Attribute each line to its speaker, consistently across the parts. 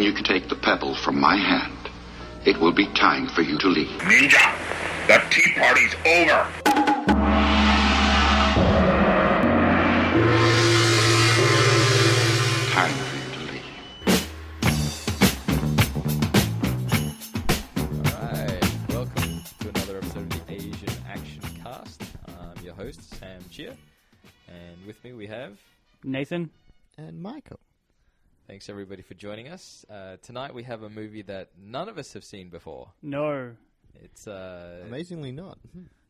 Speaker 1: you take the pebble from my hand, it will be time for you to leave.
Speaker 2: Ninja, the tea party's over.
Speaker 1: Time for you to leave.
Speaker 3: Alright, welcome to another episode of the Asian Action Cast. I'm your host, Sam Chia, and with me we have.
Speaker 4: Nathan.
Speaker 5: and Michael.
Speaker 3: Thanks everybody for joining us. Uh, tonight we have a movie that none of us have seen before.
Speaker 4: No.
Speaker 3: It's uh,
Speaker 5: Amazingly not.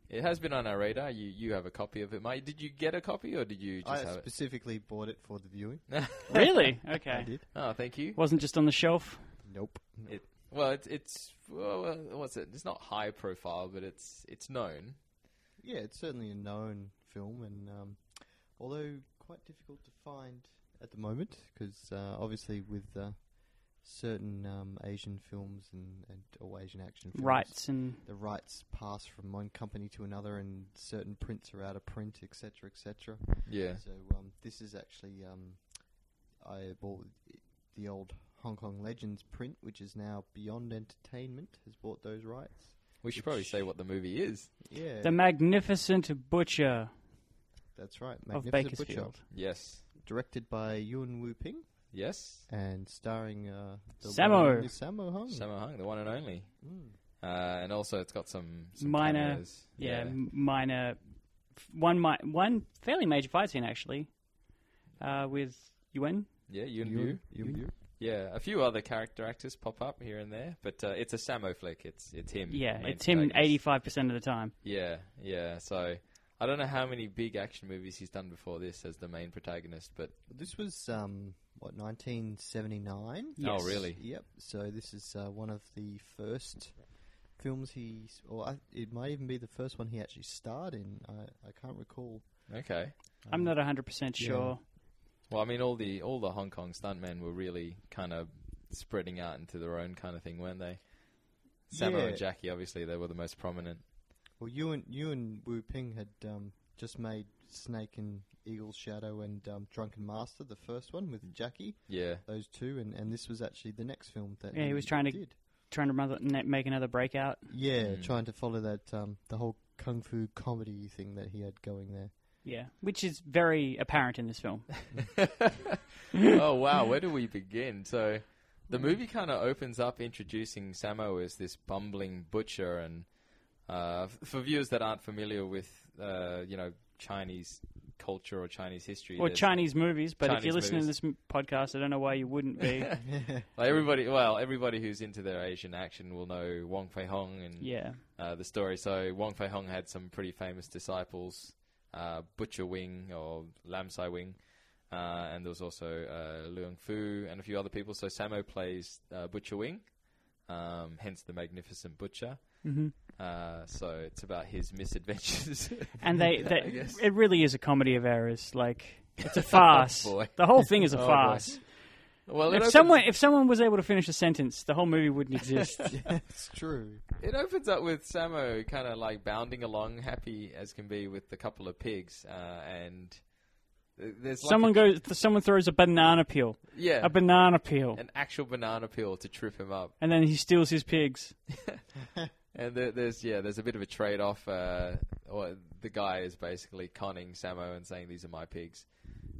Speaker 3: it has been on our radar. You you have a copy of it, Mike. Did you get a copy or did you just
Speaker 5: I
Speaker 3: have it?
Speaker 5: specifically bought it for the viewing.
Speaker 4: Really? Okay.
Speaker 5: I did.
Speaker 3: Oh, thank you.
Speaker 4: Wasn't just on the shelf.
Speaker 5: Nope.
Speaker 3: It, well, it's it's well, uh, what's it? It's not high profile, but it's it's known.
Speaker 5: Yeah, it's certainly a known film, and um, although quite difficult to find at the moment, because uh, obviously with uh, certain um, Asian films and, and all Asian action films,
Speaker 4: Rights and
Speaker 5: the rights pass from one company to another, and certain prints are out of print, etc., etc.
Speaker 3: Yeah.
Speaker 5: So um, this is actually um, I bought the old Hong Kong Legends print, which is now Beyond Entertainment has bought those rights.
Speaker 3: We should probably say what the movie is.
Speaker 5: Yeah,
Speaker 4: the Magnificent Butcher
Speaker 5: that's right.
Speaker 4: of
Speaker 5: Magnificent Butcher,
Speaker 4: Bakersfield.
Speaker 3: Yes.
Speaker 5: directed by Yuen Wu Ping
Speaker 3: Yes.
Speaker 5: and starring uh, the
Speaker 4: Sammo.
Speaker 5: one and only Sammo Hung.
Speaker 3: Sammo Hung, the one and only. Uh, and also, it's got some, some
Speaker 4: Minor.
Speaker 3: cameos.
Speaker 4: Yeah, m minor. f- One mi- one fairly major fight scene actually, uh, with Yuen.
Speaker 3: yeah, you and you.
Speaker 5: Yuen- Yuen Wu.
Speaker 3: Yeah, a few other character actors pop up here and there, but uh, it's a Sammo flick. It's it's him.
Speaker 4: Yeah,
Speaker 3: main
Speaker 4: it's him
Speaker 3: protagonist.
Speaker 4: eighty five percent of the time.
Speaker 3: Yeah, yeah. So I don't know how many big action movies he's done before this as the main protagonist, but
Speaker 5: This was um, what 1979.
Speaker 4: Yes.
Speaker 3: oh really?
Speaker 5: Yep. So this is uh, one of the first films he, s- or I, it might even be the first one he actually starred in. I, I can't recall.
Speaker 3: Okay.
Speaker 4: I'm not hundred percent sure.
Speaker 3: Well, I mean, all the all the Hong Kong stuntmen were really kind of spreading out into their own kind of thing, weren't they? Sammo
Speaker 5: Yeah.
Speaker 3: and Jackie, obviously, they were the most prominent.
Speaker 5: Well, you and you and Wu Ping had um, just made Snake and Eagle's Shadow and um, Drunken Master, the first one with Jackie.
Speaker 3: Yeah.
Speaker 5: Those two, and, and this was actually the next film that
Speaker 4: Yeah, he was trying to-
Speaker 5: did.
Speaker 4: Trying to mother- na- make another breakout.
Speaker 5: yeah
Speaker 3: Mm.
Speaker 5: trying to follow that um, the whole kung fu comedy thing that he had going there.
Speaker 4: Yeah, which is very apparent in this film.
Speaker 3: oh wow, where do we begin? So the movie kind of opens up introducing Sammo as this bumbling butcher, and uh, f- for viewers that aren't familiar with uh, you know Chinese culture or Chinese history,
Speaker 4: or
Speaker 3: there's-
Speaker 4: Chinese movies, but if
Speaker 3: Chinese
Speaker 4: you're listening
Speaker 3: movies.
Speaker 4: to this m- podcast, I don't know why you wouldn't be.
Speaker 3: like everybody, well, everybody who's into their Asian action will know Wong Fei Hong and
Speaker 4: yeah.
Speaker 3: uh, the story. So Wong Fei Hong had some pretty famous disciples, uh, Butcher Wing or Lam Sai Wing, uh, and there was also uh, Luang Fu and a few other people. So Sammo plays uh, Butcher Wing, um, hence the Magnificent Butcher. Uh, so it's about his misadventures.
Speaker 4: and they, they
Speaker 3: guess. Oh,
Speaker 4: it really is a comedy of errors. Like it's a farce.
Speaker 3: boy.
Speaker 4: the whole thing is a
Speaker 3: Oh, boy.
Speaker 4: farce.
Speaker 3: well, it
Speaker 4: If
Speaker 3: opens,
Speaker 4: someone if someone was able to finish a sentence, the whole movie wouldn't exist.
Speaker 5: it's true.
Speaker 3: it opens up with Sammo kind of like bounding along, happy as can be, with a couple of pigs, uh, and th- there's like
Speaker 4: someone
Speaker 3: a-
Speaker 4: goes, someone throws a banana peel,
Speaker 3: yeah,
Speaker 4: a banana peel,
Speaker 3: an actual banana peel to trip him up.
Speaker 4: and then he steals his pigs.
Speaker 3: And there, there's yeah, there's a bit of a trade off. Uh, or the guy is basically conning Samo and saying these are my pigs,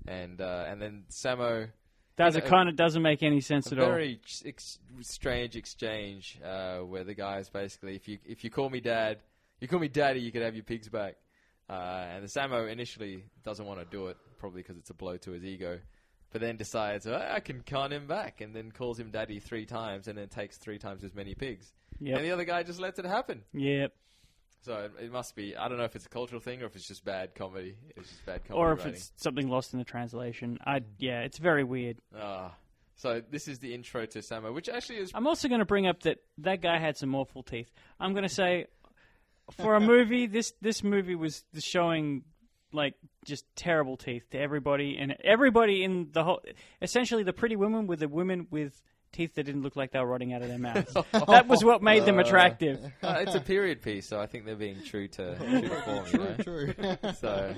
Speaker 3: and uh, and then Samo
Speaker 4: That's
Speaker 3: You
Speaker 4: a
Speaker 3: know,
Speaker 4: kind of doesn't make any sense
Speaker 3: uh, a
Speaker 4: at all.
Speaker 3: very ex- ex- strange exchange uh, where the guy is basically if you if you call me dad, you call me daddy, you could have your pigs back. Uh, and the Samo initially doesn't want to do it, probably because it's a blow to his ego, but then decides "Oh, I can con him back, and then calls him daddy three times, and then takes three times as many pigs.
Speaker 4: Yep.
Speaker 3: And the other guy just lets it happen.
Speaker 4: Yep.
Speaker 3: So it, it must be. I don't know if it's a cultural thing or if it's just bad comedy. It's just bad comedy.
Speaker 4: Or if
Speaker 3: writing.
Speaker 4: it's something lost in the translation. I
Speaker 3: Mm.
Speaker 4: yeah, it's very weird.
Speaker 3: Ah. so this is the intro to Samo, which actually is.
Speaker 4: I'm also going to bring up that that guy had some awful teeth. I'm going to say, for a movie, this this movie was showing like just terrible teeth to everybody, and everybody in the whole. Essentially, the pretty women were the women with teeth that didn't look like they were rotting out of their mouths. that was what made them attractive.
Speaker 3: uh, it's a period piece, so I think they're being true to, true to form. You know?
Speaker 5: True.
Speaker 3: So,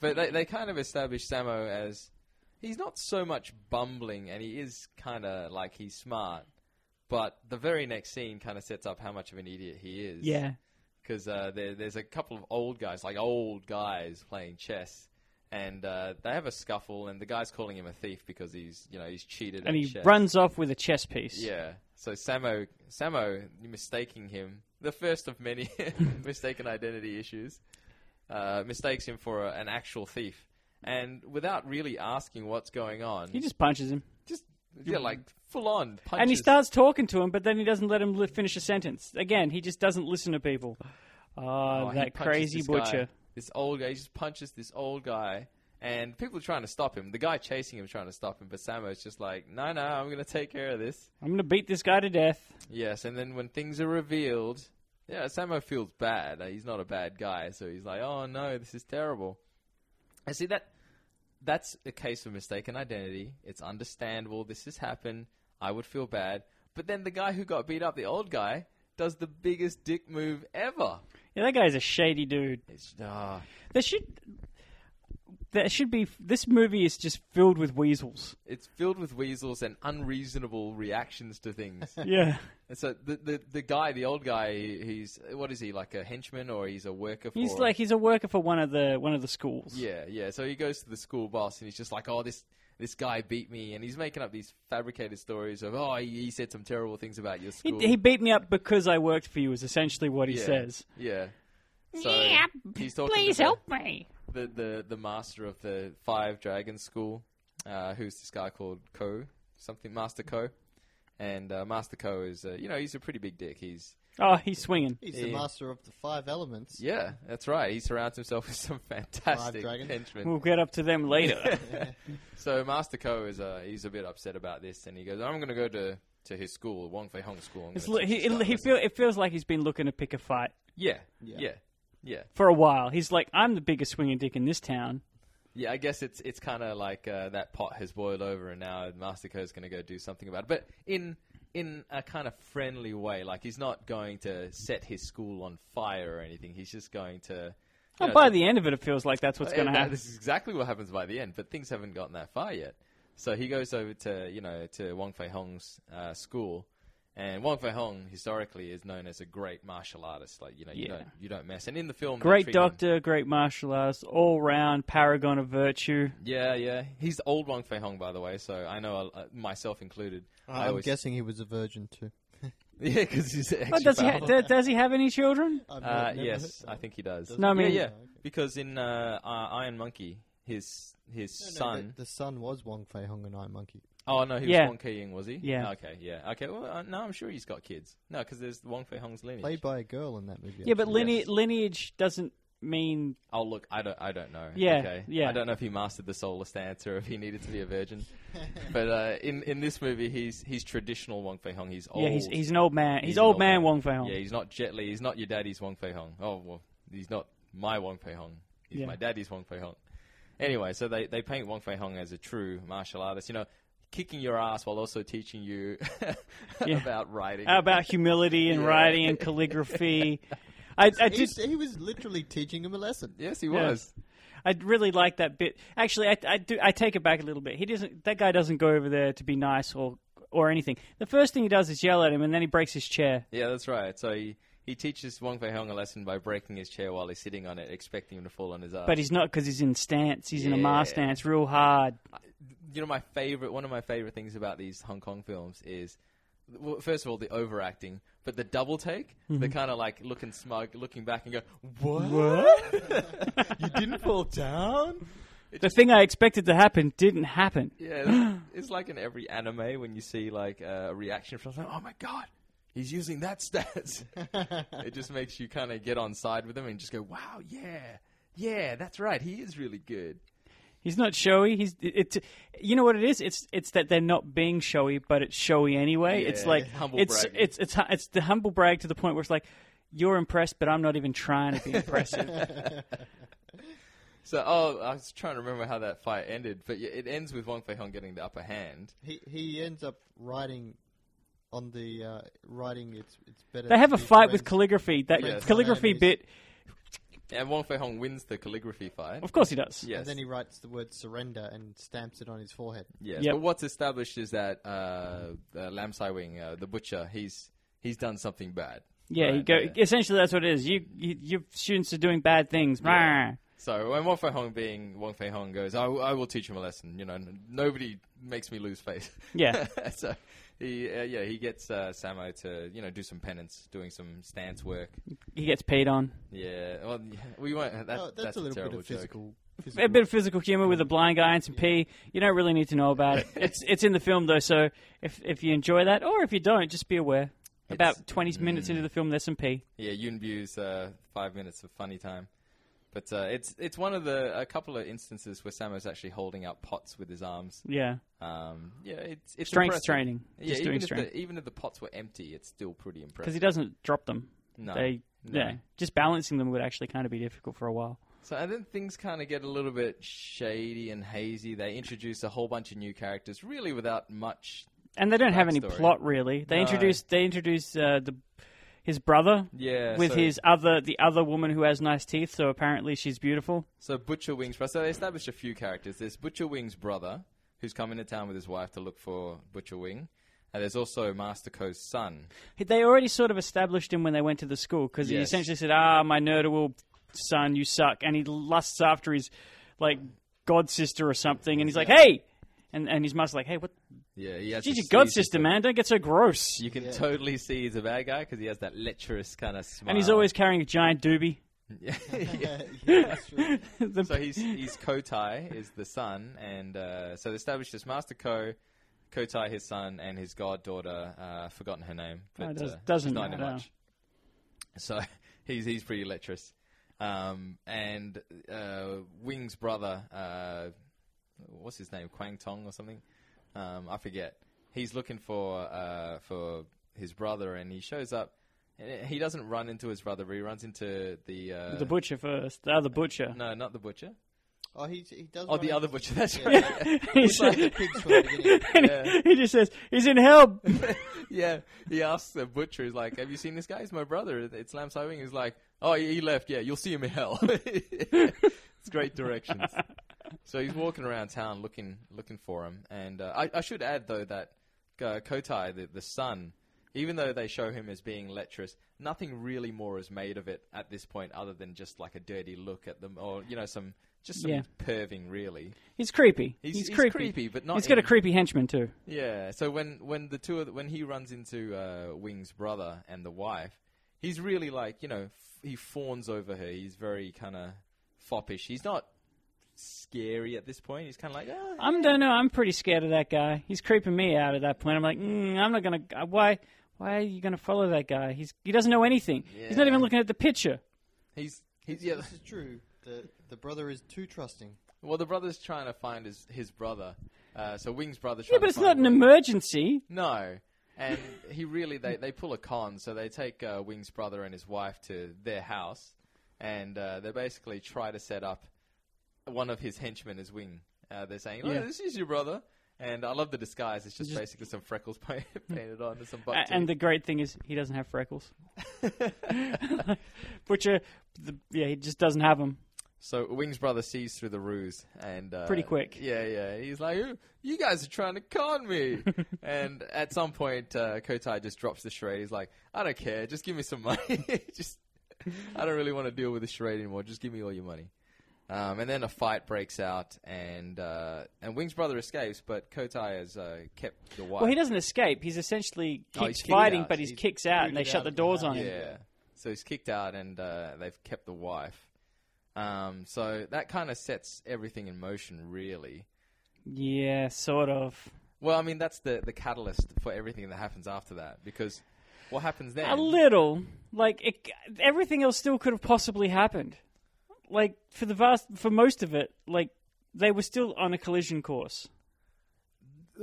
Speaker 3: but they they kind of establish Samo as he's not so much bumbling, and he is kind of like he's smart. But the very next scene kind of sets up how much of an idiot he is.
Speaker 4: Yeah.
Speaker 3: because uh, there, there's a couple of old guys, like old guys playing chess, and uh, they have a scuffle, and the guy's calling him a thief because he's, you know, he's cheated.
Speaker 4: And
Speaker 3: at
Speaker 4: he
Speaker 3: chess.
Speaker 4: runs off with a chess piece.
Speaker 3: Yeah. So Samo, Samo, you're mistaking him. The first of many mistaken identity issues. Uh, mistakes him for a, an actual thief, and without really asking what's going on,
Speaker 4: He just punches him.
Speaker 3: just yeah, like full on punches.
Speaker 4: And he starts talking to him, but then he doesn't let him li- finish a sentence. Again, he just doesn't listen to people. Ah,
Speaker 3: Oh, he
Speaker 4: that
Speaker 3: punches
Speaker 4: crazy
Speaker 3: this guy,
Speaker 4: butcher.
Speaker 3: this old guy, he just punches this old guy, and people are trying to stop him. The guy chasing him is trying to stop him, but Samo's just like, no, no, I'm going to take care of this.
Speaker 4: I'm going to beat this guy to death.
Speaker 3: Yes, and then when things are revealed, yeah, Samo feels bad. Uh, He's not a bad guy, so he's like, oh no, this is terrible. I see that. That's a case of mistaken identity. It's understandable. This has happened. I would feel bad. But then the guy who got beat up, the old guy, does the biggest dick move ever.
Speaker 4: Yeah, that guy's a shady dude.
Speaker 3: It's ah.
Speaker 4: There should there should be this movie is just filled with weasels.
Speaker 3: It's filled with weasels and unreasonable reactions to things.
Speaker 4: Yeah.
Speaker 3: and so the, the the guy, the old guy, he- he's what is he like a henchman or he's a worker for?
Speaker 4: He's like he's a worker for one of the one of the schools.
Speaker 3: yeah, yeah. So he goes to the school boss and he's just like, oh, this this guy beat me, and he's making up these fabricated stories of oh, he, he said some terrible things about your
Speaker 4: He,
Speaker 3: school.
Speaker 4: he beat me up because I worked for you is essentially what he
Speaker 3: Yeah.
Speaker 4: says.
Speaker 3: Yeah. So yeah, he's talking please help me. The, the the master of the Five Dragons School, uh, who's this guy called Ko, something Master Ko, and uh, Master Ko is uh, you know he's a pretty big dick. He's
Speaker 4: Oh, he's swinging.
Speaker 5: He's the
Speaker 3: Yeah.
Speaker 5: master of the five elements.
Speaker 3: yeah, that's right. He surrounds himself with some fantastic
Speaker 5: dragons.
Speaker 3: henchmen.
Speaker 4: We'll get up to them later.
Speaker 3: So Master Ko is uh, he's a bit upset about this, and he goes, "I'm going to go to." To his school, Wong Fei Hong School. I'm
Speaker 4: It's
Speaker 3: gonna
Speaker 4: li-
Speaker 3: teach
Speaker 4: he,
Speaker 3: you
Speaker 4: it,
Speaker 3: style
Speaker 4: he
Speaker 3: lesson."
Speaker 4: feel, it feels like he's been looking to pick a fight
Speaker 3: yeah,
Speaker 5: Yeah.
Speaker 3: yeah, yeah.
Speaker 4: for a while. He's like, I'm the biggest swinging dick in this town.
Speaker 3: Yeah, I guess it's it's kind of like uh, that pot has boiled over, and now Masterco's going to go do something about it. But in in a kind of friendly way, like he's not going to set his school on fire or anything. He's just going to.
Speaker 4: Oh, by the end of it, it feels like that's what's going to happen.
Speaker 3: This is exactly what happens by the end, but things haven't gotten that far yet. So he goes over to you know to Wong Fei Hong's uh, school, and Wong Fei Hong historically is known as a great martial artist. Like you know you
Speaker 4: Yeah.
Speaker 3: don't you don't mess. And in the film, they
Speaker 4: Great
Speaker 3: treat him-
Speaker 4: doctor, great martial artist, all round paragon of virtue.
Speaker 3: Yeah, yeah. He's the old Wong Fei Hong, by the way, so I know uh, myself included. I
Speaker 5: Uh, I'm
Speaker 3: always-
Speaker 5: guessing he was a virgin too.
Speaker 3: Yeah, because he's
Speaker 4: Oh,
Speaker 3: actually.
Speaker 4: does he ha- do- does he have any children?
Speaker 5: I've
Speaker 3: uh,
Speaker 5: never- never
Speaker 3: yes,
Speaker 5: heard-
Speaker 3: I think he does.
Speaker 4: No, I
Speaker 3: yeah,
Speaker 4: mean-
Speaker 3: yeah.
Speaker 5: Oh, okay.
Speaker 3: Because in uh, uh, Iron Monkey, his his
Speaker 5: No, no,
Speaker 3: son.
Speaker 5: the, the son was Wong Fei Hong and I Monkey.
Speaker 3: Oh no, he was
Speaker 4: Yeah.
Speaker 3: Wong Ki Ying, was he?
Speaker 4: Yeah.
Speaker 3: Okay, yeah. Okay. Well, uh, no, I'm sure he's got kids. No, because there's Wong Fei Hong's lineage.
Speaker 5: Played by a girl in that movie.
Speaker 4: Yeah, but
Speaker 5: actually.
Speaker 4: line-
Speaker 3: Yes.
Speaker 4: lineage doesn't mean
Speaker 3: Oh look, I don't, I don't know.
Speaker 4: Yeah,
Speaker 3: okay?
Speaker 4: yeah.
Speaker 3: I don't know if he mastered the soulless dance or if he needed to be a virgin. but uh, in in this movie, he's he's traditional Wong Fei Hong. He's old.
Speaker 4: yeah. He's he's an old man. He's,
Speaker 3: an
Speaker 4: old, man, Wong Fei Hong.
Speaker 3: Yeah, he's not Jet Li. He's not your daddy's Wong Fei Hong. Oh well, he's not my Wong Fei Hong. He's
Speaker 4: Yeah.
Speaker 3: my daddy's Wong Fei Hong. Anyway, so they, they paint Wong Fei Hong as a true martial artist. You know, kicking your ass while also teaching you
Speaker 4: Yeah. Uh,
Speaker 3: about writing.
Speaker 4: About humility and
Speaker 3: Yeah.
Speaker 4: writing and calligraphy. I, I
Speaker 5: He,
Speaker 4: did.
Speaker 5: he was literally teaching him a lesson.
Speaker 3: yes, he
Speaker 4: Yeah.
Speaker 3: was.
Speaker 4: I really like that bit. Actually, I, I do. I take it back a little bit. He doesn't. That guy doesn't go over there to be nice or or anything. The first thing he does is yell at him, and then he breaks his chair.
Speaker 3: Yeah, that's right. So he, he teaches Wong Fei Hong a lesson by breaking his chair while he's sitting on it, expecting him to fall on his ass.
Speaker 4: But he's not because he's in stance. He's in a mask
Speaker 3: Yeah.
Speaker 4: stance, real hard.
Speaker 3: you know my favorite one of my favorite things about these Hong Kong films is well, first of all the overacting but the double take the kind of like looking smug looking back and go what, you didn't fall down
Speaker 4: The thing I expected to happen didn't happen.
Speaker 3: yeah it's, it's like in every anime when you see like a reaction from someone oh my god he's using that stats it just makes you kind of get on side with him and just go wow yeah yeah that's right he is really good
Speaker 4: He's not showy. He's it's you know what it is. It's it's that they're not being showy, but it's showy anyway.
Speaker 3: Yeah,
Speaker 4: it's like
Speaker 3: it's humble
Speaker 4: it's,
Speaker 3: bragging.
Speaker 4: it's it's hu- it's the humble brag to the point where it's like you're impressed, but I'm not even trying to be impressive.
Speaker 3: so oh i was trying to remember how that fight ended but yeah, it ends with wong fei hong getting the upper hand
Speaker 5: He he ends up writing on the uh, writing. It's it's better.
Speaker 4: they have
Speaker 5: to
Speaker 4: a
Speaker 5: be
Speaker 4: fight with
Speaker 5: friends.
Speaker 4: calligraphy. That
Speaker 5: Yes.
Speaker 4: calligraphy
Speaker 5: Enemies.
Speaker 4: bit
Speaker 3: And Wong Fei Hong wins the calligraphy fight.
Speaker 4: Of course he does.
Speaker 3: Yes.
Speaker 5: And then he writes the word surrender and stamps it on his forehead.
Speaker 3: Yes,
Speaker 4: Yep.
Speaker 3: but what's established is that uh, uh, Lam Sai Wing, uh, the butcher, he's he's done something bad.
Speaker 4: Yeah, you
Speaker 3: Right,
Speaker 4: go. Essentially, that's what it is. You, you your students are doing bad things. Rah.
Speaker 3: So when Wong Fei Hong, being Wong Fei Hong, goes, I, I will teach him a lesson. You know, n- nobody makes me lose face.
Speaker 4: Yeah.
Speaker 3: so he, uh, yeah, he gets uh, Samo to you know do some penance, doing some stance work.
Speaker 4: He gets paid on.
Speaker 3: Yeah. Well, yeah, we won't. That,
Speaker 5: oh, that's, a little bit
Speaker 3: terrible
Speaker 5: of
Speaker 3: joke.
Speaker 5: physical.
Speaker 4: A
Speaker 5: physical
Speaker 4: bit of physical humor with a blind guy and some pee. You don't really need to know about it. It's it's in the film though, so if if you enjoy that or if you don't, just be aware. About
Speaker 3: mm.
Speaker 4: twenty minutes into the film, there's some pee.
Speaker 3: Yeah, Yunbu's uh, five minutes of funny time. But uh, it's it's one of the a couple of instances where Samo's actually holding up pots with his arms.
Speaker 4: Yeah,
Speaker 3: Um, yeah, it's, it's
Speaker 4: Strength
Speaker 3: impressive.
Speaker 4: training.
Speaker 3: Yeah,
Speaker 4: Just
Speaker 3: even,
Speaker 4: doing
Speaker 3: if
Speaker 4: strength.
Speaker 3: The, even if the pots were empty, it's still pretty impressive.
Speaker 4: because he doesn't drop them.
Speaker 3: No,
Speaker 4: they
Speaker 3: no.
Speaker 4: yeah, just balancing them would actually kind of be difficult for a while.
Speaker 3: So and then things kind of get a little bit shady and hazy. They introduce a whole bunch of new characters, really without much.
Speaker 4: And they don't have any
Speaker 3: Backstory.
Speaker 4: plot really. They
Speaker 3: No.
Speaker 4: introduce they introduce uh, the his brother
Speaker 3: Yeah,
Speaker 4: with
Speaker 3: so,
Speaker 4: his other the other woman who has nice teeth. So apparently she's beautiful.
Speaker 3: So Butcher Wings. So they established a few characters. There's Butcher Wing's brother, who's come into town with his wife to look for Butcher Wing, and there's also Master Ko's son.
Speaker 4: They already sort of established him when they went to the school because he
Speaker 3: Yes.
Speaker 4: essentially said, "Ah, my nerdable son, you suck," and he lusts after his like god sister or something, and he's like, "Hey," and and his mother's like, "Hey, what?
Speaker 3: Yeah, he has.
Speaker 4: She's
Speaker 3: to
Speaker 4: your god
Speaker 3: seize his-
Speaker 4: sister, man. Don't get so gross."
Speaker 3: You can totally see he's a bad guy because he has that lecherous kind of smile.
Speaker 4: and he's always carrying a giant doobie.
Speaker 3: yeah.
Speaker 5: yeah, that's true.
Speaker 4: The-
Speaker 3: So he's he's Kotai is the son, and uh, so they established as Master Ko, Kotai his son, and his goddaughter. Uh, I've forgotten her name, but
Speaker 4: Oh, it
Speaker 3: uh,
Speaker 4: does-
Speaker 3: she's
Speaker 4: doesn't
Speaker 3: not in it
Speaker 4: matter.
Speaker 3: much. So he's he's pretty lecherous. Um, and uh, Wing's brother, uh, what's his name, Quang Tong or something? Um, I forget. He's looking for uh, for his brother, and he shows up. and He doesn't run into his brother, but he runs into the uh,
Speaker 4: the butcher first, the other butcher.
Speaker 3: No, not the butcher.
Speaker 5: Oh, he, he does.
Speaker 3: Oh,
Speaker 5: run
Speaker 3: the
Speaker 5: into-
Speaker 3: other butcher. That's
Speaker 5: Yeah.
Speaker 3: right.
Speaker 4: He's-
Speaker 5: Like the pigs from the beginning.
Speaker 4: and
Speaker 3: Yeah.
Speaker 4: he, he just says, "He's in hell."
Speaker 3: yeah. He asks the butcher, he's like, Have you seen this guy? He's my brother. It's Lam Sai Wing. He's like, Oh, he he left. Yeah, you'll see him in hell. it's great directions. so he's walking around town looking looking for him. And uh, I, I should add, though, that uh, Kotai, the, the son, even though they show him as being lecherous, nothing really more is made of it at this point other than just like a dirty look at them or, you know, some. Just some
Speaker 4: Yeah.
Speaker 3: perving, really.
Speaker 4: He's creepy.
Speaker 3: He's- he's
Speaker 4: creepy.
Speaker 3: creepy, but not
Speaker 4: He's got a
Speaker 3: in-
Speaker 4: creepy henchman too.
Speaker 3: Yeah. So when when the two of the, when he runs into uh, Wing's brother and the wife, he's really like you know f- he fawns over her. He's very kind of foppish. He's not scary at this point. He's kind of like "Ah,
Speaker 4: I'm don't know. I'm pretty scared of that guy. He's creeping me out at that point. I'm like, mm, I'm not gonna. uh, Why? Why are you gonna follow that guy? He's he doesn't know anything. He's not
Speaker 3: Yeah.
Speaker 4: even looking at the picture.
Speaker 3: he's he's yeah.
Speaker 5: This is true. The the brother is too trusting.
Speaker 3: Well, the brother's trying to find his his brother. Uh, so Wing's brother.
Speaker 4: Yeah, but it's not an
Speaker 3: emergency.
Speaker 4: emergency.
Speaker 3: No. And he really they, they pull a con, so they take uh, Wing's brother and his wife to their house, and uh, they basically try to set up one of his henchmen as Wing. Uh, they're saying, "Oh,
Speaker 4: Yeah.
Speaker 3: this is your brother," and I love the disguise. It's just, basically some freckles pa- painted on and some butt
Speaker 4: A- And the
Speaker 3: teeth.
Speaker 4: great thing is he doesn't have freckles. Butcher, the, yeah, he just doesn't have them.
Speaker 3: So Wing's brother sees through the ruse and uh,
Speaker 4: Pretty quick.
Speaker 3: Yeah, yeah. He's like, "You- "You guys are trying to con me," and at some point, uh, Kotai just drops the charade. He's like, "I don't care. Just give me some money. just I don't really want to deal with the charade anymore. Just give me all your money." Um, and then a fight breaks out, and uh, and Wing's brother escapes, but Kotai has uh, kept the wife.
Speaker 4: Well, he doesn't escape. He's essentially keeps
Speaker 3: Oh, he's kicked
Speaker 4: fighting,
Speaker 3: out.
Speaker 4: but he
Speaker 3: He's
Speaker 4: kicks out, and they
Speaker 5: booted
Speaker 4: shut
Speaker 5: out
Speaker 4: the
Speaker 5: of the
Speaker 4: doors
Speaker 5: house.
Speaker 4: on him.
Speaker 3: Yeah. So he's kicked out, and uh, they've kept the wife. Um, so that kind of sets everything in motion, really.
Speaker 4: yeah sort of.
Speaker 3: Well, I mean, that's the, the catalyst for everything that happens after that because what happens then?
Speaker 4: A little. Like it, everything else still could have possibly happened. Like for the vast, for most of it, like they were still on a collision course.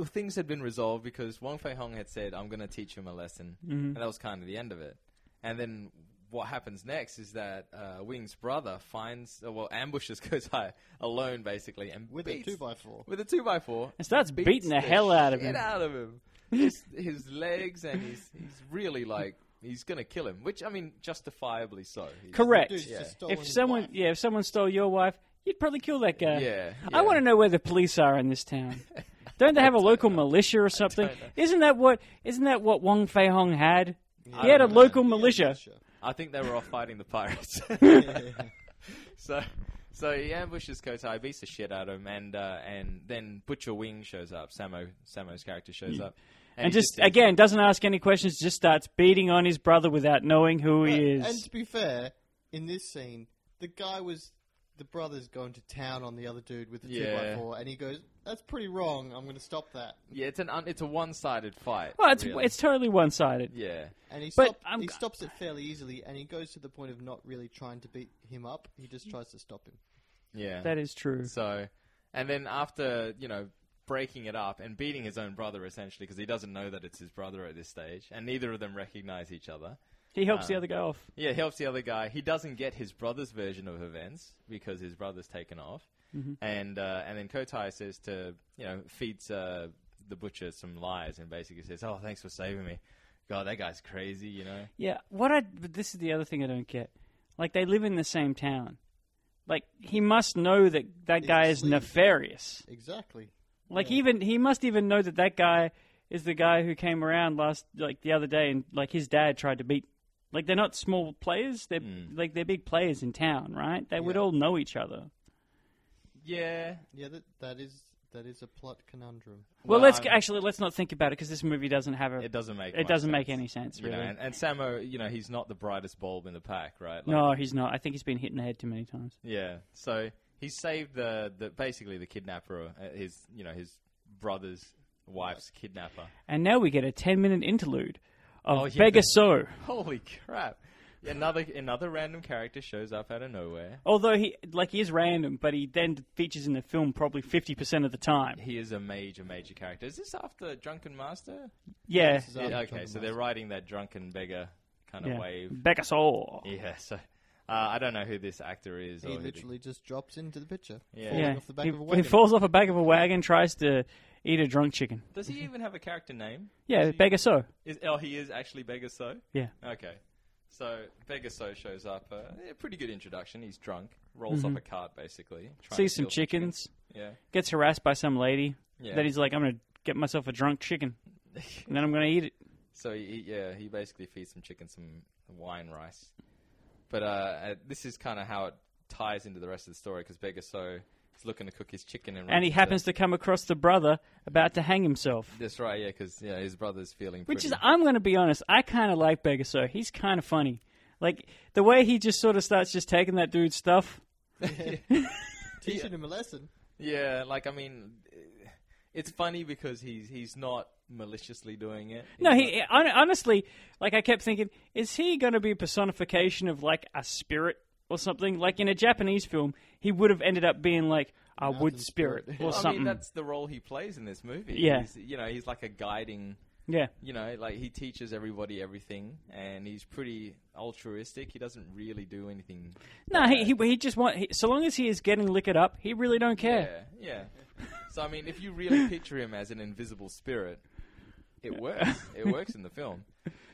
Speaker 3: Things had been resolved because Wong Fei Hong had said, I'm going to teach him a lesson.
Speaker 4: Mm-hmm.
Speaker 3: And that was kind of the end of it. And then what happens next is that uh, Wing's brother finds, uh, well, ambushes Kozai alone, basically, and
Speaker 5: With
Speaker 3: beats,
Speaker 5: a two by four.
Speaker 3: With a 2 by 4
Speaker 4: And starts beating the hell out of
Speaker 3: shit
Speaker 4: him.
Speaker 3: out of him. His, his legs, and he's, he's really like He's going to kill him, which I mean, justifiably so. He's-
Speaker 4: Correct.
Speaker 5: Dude's
Speaker 3: Yeah.
Speaker 5: just stolen
Speaker 4: If
Speaker 5: his
Speaker 4: someone,
Speaker 5: wife.
Speaker 4: yeah, if someone stole your wife, you'd probably kill that guy.
Speaker 3: Yeah,
Speaker 4: I
Speaker 3: yeah.
Speaker 4: want to know where the police are in this town. Don't they have a local militia or something? Isn't that what? Isn't that what Wong Fei Hong had?
Speaker 3: I
Speaker 4: He had a
Speaker 3: don't know.
Speaker 4: local militia.
Speaker 3: I think they were off fighting the pirates. so, so he ambushes Kotai, beats the shit out of him, and uh, and then Butcher Wing shows up. Samo Samo's character shows up,
Speaker 4: And,
Speaker 3: he
Speaker 4: just
Speaker 3: says,
Speaker 4: again, doesn't ask any questions. Just starts beating on his brother without knowing who he is.
Speaker 5: And to be fair, in this scene, the guy was the brother's going to town on the other dude with the two by
Speaker 3: Yeah.
Speaker 5: four, and he goes, "That's pretty wrong. I'm going to stop that."
Speaker 3: yeah, it's an un- it's a one sided fight.
Speaker 4: well, it's
Speaker 3: really.
Speaker 4: it's totally one sided.
Speaker 3: yeah,
Speaker 5: And he,
Speaker 4: But
Speaker 5: stop,
Speaker 4: I'm
Speaker 5: he
Speaker 4: g-
Speaker 5: stops it fairly easily, and he goes to the point of not really trying to beat him up. He just tries to stop him.
Speaker 3: yeah.
Speaker 4: That is true.
Speaker 3: So, and then after you know breaking it up and beating his own brother essentially because he doesn't know that it's his brother at this stage, and neither of them recognize each other.
Speaker 4: He helps the other guy off.
Speaker 3: Yeah, helps the other guy. He doesn't get his brother's version of events because his brother's taken off,
Speaker 4: Mm-hmm.
Speaker 3: and uh, and then Kotai says to you know feeds uh, the butcher some lies and basically says, "Oh, thanks for saving me." God, that guy's crazy, you know.
Speaker 4: Yeah, what I but this is the other thing I don't get. Like they live in the same town. Like he must know that that guy is
Speaker 5: sleazy.
Speaker 4: nefarious.
Speaker 5: Exactly.
Speaker 4: Like even he must even know that that guy is the guy who came around last like the other day and like his dad tried to beat. Like they're not small players. They're
Speaker 3: Hmm.
Speaker 4: like they're big players in town, right? They would
Speaker 5: Yeah.
Speaker 4: all know each other.
Speaker 3: Yeah,
Speaker 5: Yeah, that that is that is a plot conundrum.
Speaker 4: Well,
Speaker 3: Well,
Speaker 4: let's
Speaker 3: I'm-
Speaker 4: actually let's not think about it because this movie doesn't have a.
Speaker 3: it doesn't make
Speaker 4: It
Speaker 3: much
Speaker 4: doesn't
Speaker 3: sense,
Speaker 4: make any sense,
Speaker 3: you know.
Speaker 4: really.
Speaker 3: And, and Samo, you know, he's not the brightest bulb in the pack, right? Like,
Speaker 4: no, he's not. I think he's been hit in the head too many times.
Speaker 3: Yeah. So he saved the, the basically the kidnapper, uh, his you know his brother's wife's kidnapper.
Speaker 4: And now we get a ten minute interlude of
Speaker 3: Oh,
Speaker 4: oh,
Speaker 3: yeah, the- Holy crap! Another another random character shows up out of nowhere.
Speaker 4: Although he like he is random, but he then features in the film probably fifty percent of the time.
Speaker 3: He is a major major character. Is this after Drunken Master?
Speaker 4: Yeah,
Speaker 5: This is
Speaker 3: Yeah,
Speaker 5: after
Speaker 3: okay,
Speaker 5: Drunken
Speaker 3: so they're
Speaker 5: Master.
Speaker 3: riding that drunken beggar kind of
Speaker 4: yeah.
Speaker 3: wave.
Speaker 4: Begasol.
Speaker 3: Yeah. So uh, I don't know who this actor is. or
Speaker 5: He
Speaker 3: who the-
Speaker 5: literally just drops into the picture,
Speaker 3: Yeah.
Speaker 5: falling
Speaker 4: Yeah,
Speaker 5: off the back
Speaker 4: he,
Speaker 5: of a
Speaker 4: he
Speaker 5: wagon.
Speaker 4: falls off a back of a wagon, tries to eat a drunk chicken.
Speaker 3: Does he even have a character name?
Speaker 4: Yeah, Begaso.
Speaker 3: Is oh he is actually beggar so?
Speaker 4: Yeah,
Speaker 3: Okay. So Vegaso shows up. Uh, yeah, pretty good introduction. He's drunk, rolls up a cart basically. trying to
Speaker 4: sees some
Speaker 3: steal
Speaker 4: chickens,
Speaker 3: Yeah.
Speaker 4: gets harassed by some lady.
Speaker 3: Yeah.
Speaker 4: That he's like, I'm gonna get myself a drunk chicken, and then I'm gonna eat it.
Speaker 3: So he, he- yeah, he basically feeds some chickens some wine rice. But uh, uh, this is kind of how it ties into the rest of the story because Vegaso is looking to cook his chicken and. uh,
Speaker 4: And he happens to come across the brother about to hang himself.
Speaker 3: That's right. Yeah, because yeah, his brother's feeling.
Speaker 4: Which is,
Speaker 3: pretty-
Speaker 4: I'm going to be honest, I kind of like Begaso. He's kind of funny. Like, the way he just sort of starts just taking that dude's stuff.
Speaker 5: teaching him a lesson.
Speaker 3: yeah, like I mean, uh, it's funny because he's he's not maliciously doing it.
Speaker 4: No,
Speaker 3: He's
Speaker 4: he, hon- honestly, like, I kept thinking, is he going to be a personification of, like, a spirit or something? Like, in a Japanese film, he would have ended up being, like, a wood spirit,
Speaker 5: spirit.
Speaker 4: or
Speaker 3: not- I
Speaker 4: something.
Speaker 3: mean, that's the role he plays in this movie.
Speaker 4: Yeah.
Speaker 3: He's, you know, he's like a guiding.
Speaker 4: yeah.
Speaker 3: you know, like he teaches everybody everything, and he's pretty altruistic. He doesn't really do anything.
Speaker 4: No, he, he, he just want. He, so long as he is getting liquored up, he really don't care.
Speaker 3: Yeah, yeah. so I mean, if you really picture him as an invisible spirit, it works. It works in the film.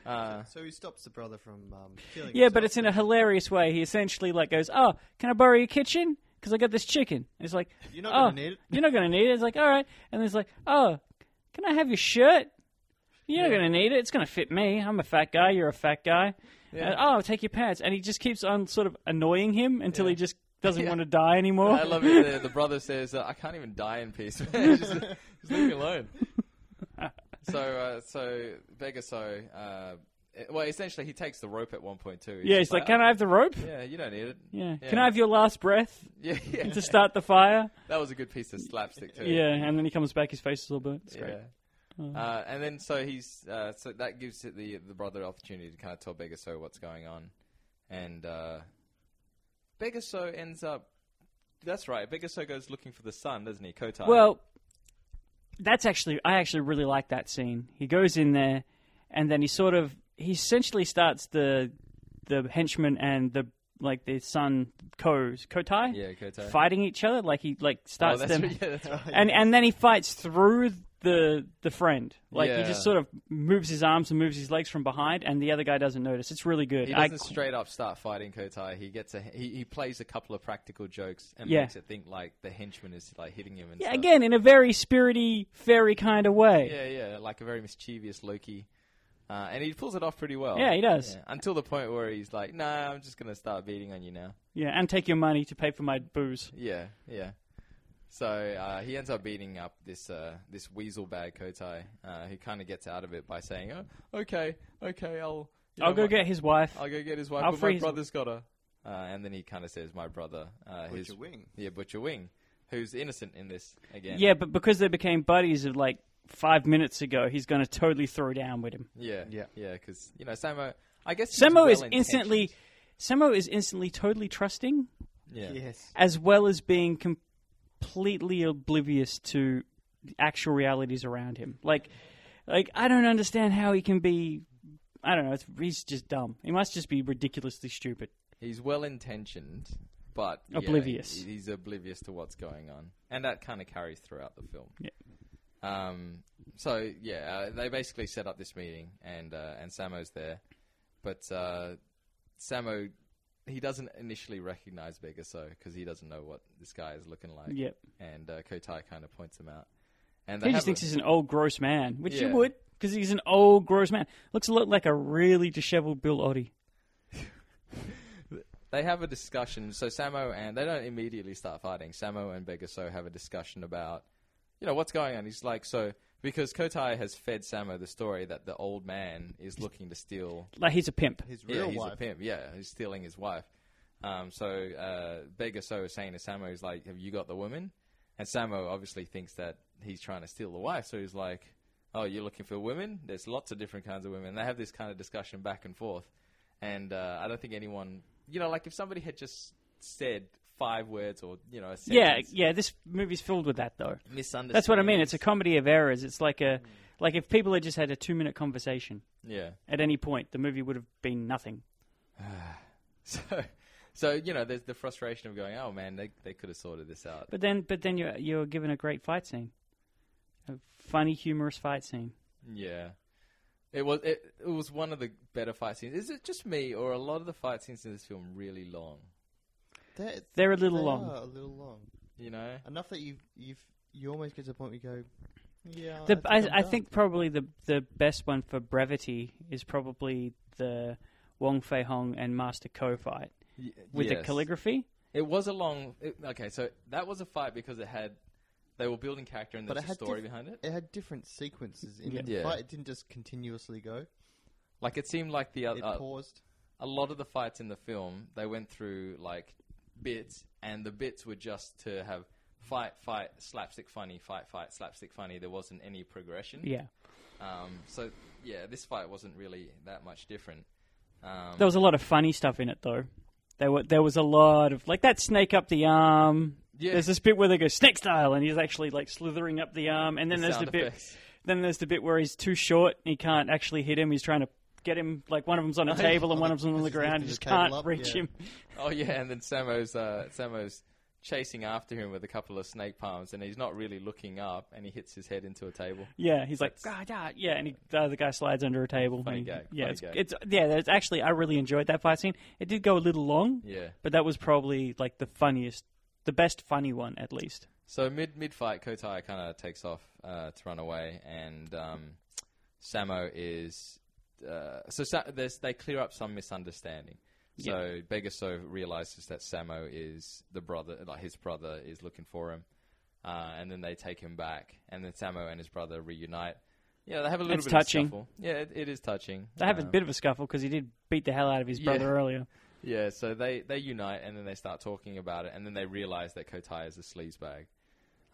Speaker 3: Uh,
Speaker 5: So he stops the brother from um, killing.
Speaker 4: Yeah, but
Speaker 5: himself.
Speaker 4: it's in a hilarious way. He essentially like goes, "Oh, can I borrow your kitchen? Because I got this chicken." And It's like,
Speaker 5: You're not
Speaker 4: "Oh,
Speaker 5: gonna need it."
Speaker 4: You're not gonna need it." It's like, "All right," and it's like, "Oh, can I have your shirt? You're not gonna need it. It's gonna fit me. I'm a fat guy. You're a fat guy." And, oh, I'll take your pants. And he just keeps on sort of annoying him until he just doesn't want to die anymore.
Speaker 3: I love it. The, the brother says, uh, "I can't even die in peace. Man. just, just leave me alone." So, uh, so Vegaso, uh, it- well, essentially, he takes the rope at one point too.
Speaker 4: yeah, he's
Speaker 3: just
Speaker 4: like, "Can I have the rope?
Speaker 3: Yeah, you don't need it.
Speaker 4: Yeah.
Speaker 3: Yeah.
Speaker 4: Can I have your last breath
Speaker 3: Yeah, yeah.
Speaker 4: to start the fire?"
Speaker 3: that was a good piece of slapstick too.
Speaker 4: Yeah, and then he comes back. His face is all burnt. It's great. Mm.
Speaker 3: Yeah. Uh, and then so he's uh, so that gives it the the brother opportunity to kind of tell Begaso what's going on, and uh, Begaso ends up. That's right. Begaso goes looking for the sun, doesn't he? Kotai.
Speaker 4: Well, that's actually I actually really like that scene. He goes in there, and then he sort of he essentially starts the the henchman and the like their son Ko Kotai
Speaker 3: Yeah, Kotai.
Speaker 4: fighting each other. Like he like
Speaker 3: Oh,
Speaker 4: starts
Speaker 3: that's
Speaker 4: them,
Speaker 3: right, yeah, that's right.
Speaker 4: and and then he fights through the the friend. Like he
Speaker 3: Yeah.
Speaker 4: just sort of moves his arms and moves his legs from behind, and the other guy doesn't notice. It's really good.
Speaker 3: He
Speaker 4: I-
Speaker 3: doesn't straight up start fighting Kotai. He gets a he, he plays a couple of practical jokes and
Speaker 4: Yeah.
Speaker 3: makes it think like the henchman is like hitting him. And
Speaker 4: yeah,
Speaker 3: stuff.
Speaker 4: again in a very spirity fairy kind of way.
Speaker 3: Yeah, yeah, like a very mischievous Loki. Uh, and he pulls it off pretty well.
Speaker 4: Yeah, he does.
Speaker 3: Yeah, Until the point where he's like, "Nah, I'm just gonna start beating on you now."
Speaker 4: Yeah, and take your money to pay for my booze.
Speaker 3: Yeah, yeah. So uh, he ends up beating up this uh, this weasel bag Kotai. Uh, he kind of gets out of it by saying, "Oh, okay, okay, I'll you
Speaker 4: I'll
Speaker 3: know,
Speaker 4: go
Speaker 3: my-
Speaker 4: get his wife.
Speaker 3: I'll go get his wife,
Speaker 4: I'll
Speaker 3: but
Speaker 4: free
Speaker 3: my
Speaker 4: his-
Speaker 3: brother's got her." Uh, and then he kind of says, "My brother, uh, his
Speaker 5: Butcher Wing.
Speaker 3: yeah, Butcher Wing, who's innocent in this again."
Speaker 4: yeah, but because they became buddies of like five minutes ago, he's going to totally throw down with him.
Speaker 3: yeah, yeah,
Speaker 5: Yeah.
Speaker 3: yeah. Because you know, Samo, I guess he's
Speaker 4: Semo is
Speaker 3: well-intentioned.
Speaker 4: instantly, Semo is instantly totally trusting,
Speaker 5: Yes.
Speaker 4: as well as being completely oblivious to the actual realities around him. Like, like I don't understand how he can be. I don't know. It's, he's just dumb. He must just be ridiculously stupid.
Speaker 3: He's well intentioned, but yeah,
Speaker 4: Oblivious.
Speaker 3: he- he's oblivious to what's going on, and that kind of carries throughout the film.
Speaker 4: Yeah.
Speaker 3: Um. So yeah, uh, they basically set up this meeting, and uh, and Samo's there, but uh, Samo he doesn't initially recognize Vegaso because he doesn't know what this guy is looking like.
Speaker 4: Yep.
Speaker 3: And uh, Kotai kind of points him out, and they
Speaker 4: He
Speaker 3: have
Speaker 4: just
Speaker 3: a-
Speaker 4: thinks he's an old gross man, which you
Speaker 3: Yeah.
Speaker 4: would, because he's an old gross man. Looks a lot like a really dishevelled Bill Oddie.
Speaker 3: they have a discussion. So Samo and they don't immediately start fighting. Samo and Begaso have a discussion about, you know, what's going on. He's like, so because Kotai has fed Samo the story that the old man is looking to steal.
Speaker 4: Like he's a pimp.
Speaker 5: His
Speaker 3: Yeah,
Speaker 5: real
Speaker 3: he's a
Speaker 5: wife.
Speaker 3: pimp. Yeah, he's stealing his wife. Um, so uh, Begaso is saying to Samo, he's like, have you got the woman? And Samo obviously thinks that he's trying to steal the wife. So he's like, oh, you're looking for women? There's lots of different kinds of women. They have this kind of discussion back and forth. And uh, I don't think anyone, you know, like if somebody had just said five words or, you know, a
Speaker 4: Yeah,
Speaker 3: sentence,
Speaker 4: yeah. This movie's filled with that, though.
Speaker 3: misunderstanding.
Speaker 4: That's what I mean. It's a comedy of errors. It's like a like if people had just had a two minute conversation
Speaker 3: Yeah.
Speaker 4: at any point, the movie would have been nothing.
Speaker 3: So, so you know, there's the frustration of going, oh, man, they, they could have sorted this out.
Speaker 4: But then, but then you're you're given a great fight scene, a funny, humorous fight scene.
Speaker 3: Yeah. It was it, it was one of the better fight scenes. Is it just me or a lot of the fight scenes in this film really long?
Speaker 5: They're,
Speaker 4: They're a little
Speaker 5: they
Speaker 4: long.
Speaker 5: are a little long.
Speaker 3: You know?
Speaker 5: Enough that you you you almost get to the point where you go, yeah.
Speaker 3: Oh,
Speaker 4: The,
Speaker 5: I think,
Speaker 4: I, I
Speaker 5: I'm done.
Speaker 4: think probably the the best one for brevity is probably the Wong Fei Hong and Master Ko fight
Speaker 3: Y-
Speaker 4: with the
Speaker 3: yes.
Speaker 4: calligraphy.
Speaker 3: It was a long it, Okay, so that was a fight because it had they were building character and there
Speaker 5: But it
Speaker 3: was a
Speaker 5: had
Speaker 3: story
Speaker 5: diff-
Speaker 3: behind it.
Speaker 5: It had different sequences in
Speaker 4: Yeah.
Speaker 5: it.
Speaker 3: Yeah.
Speaker 5: But it didn't just continuously go.
Speaker 3: Like it seemed like the
Speaker 5: It
Speaker 3: uh,
Speaker 5: paused.
Speaker 3: a lot of the fights in the film they went through like bits and the bits were just to have fight fight slapstick funny fight fight slapstick funny there wasn't any progression
Speaker 4: Yeah,
Speaker 3: um, so yeah this fight wasn't really that much different um,
Speaker 4: there was a lot of funny stuff in it though. There were there was a lot of like that snake up the arm.
Speaker 3: Yeah.
Speaker 4: There's this bit where they go snake style, and he's actually like slithering up the arm, and then
Speaker 3: The
Speaker 4: there's the
Speaker 3: sound
Speaker 4: bit,
Speaker 3: effects.
Speaker 4: then there's the bit where he's too short, and he can't actually hit him. He's trying to get him like one of them's on a table and one of them's on the
Speaker 5: Just lifting
Speaker 4: ground. He
Speaker 5: the
Speaker 4: just
Speaker 5: table
Speaker 4: can't
Speaker 5: up,
Speaker 4: reach
Speaker 5: yeah.
Speaker 4: him.
Speaker 3: Oh yeah, and then Samo's uh, Samo's chasing after him with a couple of snake palms, and he's not really looking up, and he hits his head into a table.
Speaker 4: Yeah, he's like, God, yeah, yeah, and he, the other guy slides under a table.
Speaker 3: Funny
Speaker 4: and,
Speaker 3: gag,
Speaker 4: Yeah,
Speaker 3: funny
Speaker 4: it's,
Speaker 3: gag.
Speaker 4: it's yeah. That's actually, I really enjoyed that fight scene. It did go a little long,
Speaker 3: Yeah.
Speaker 4: but that was probably like the funniest, the best funny one at least.
Speaker 3: So mid mid fight, Kotai kind of takes off uh, to run away, and um, Samo is uh, so Sa- there's, they clear up some misunderstanding. So Begaso realizes that Samo is the brother, like his brother is looking for him, uh, and then they take him back, and then Samo and his brother reunite. Yeah, they have a little
Speaker 4: It's
Speaker 3: bit
Speaker 4: touching.
Speaker 3: of a scuffle. Yeah, it, it is touching.
Speaker 4: They have a
Speaker 3: Um,
Speaker 4: bit of a scuffle because he did beat the hell out of his
Speaker 3: Yeah.
Speaker 4: brother earlier.
Speaker 3: Yeah, so they, they unite and then they start talking about it, and then they realize that Kotai is a sleaze bag.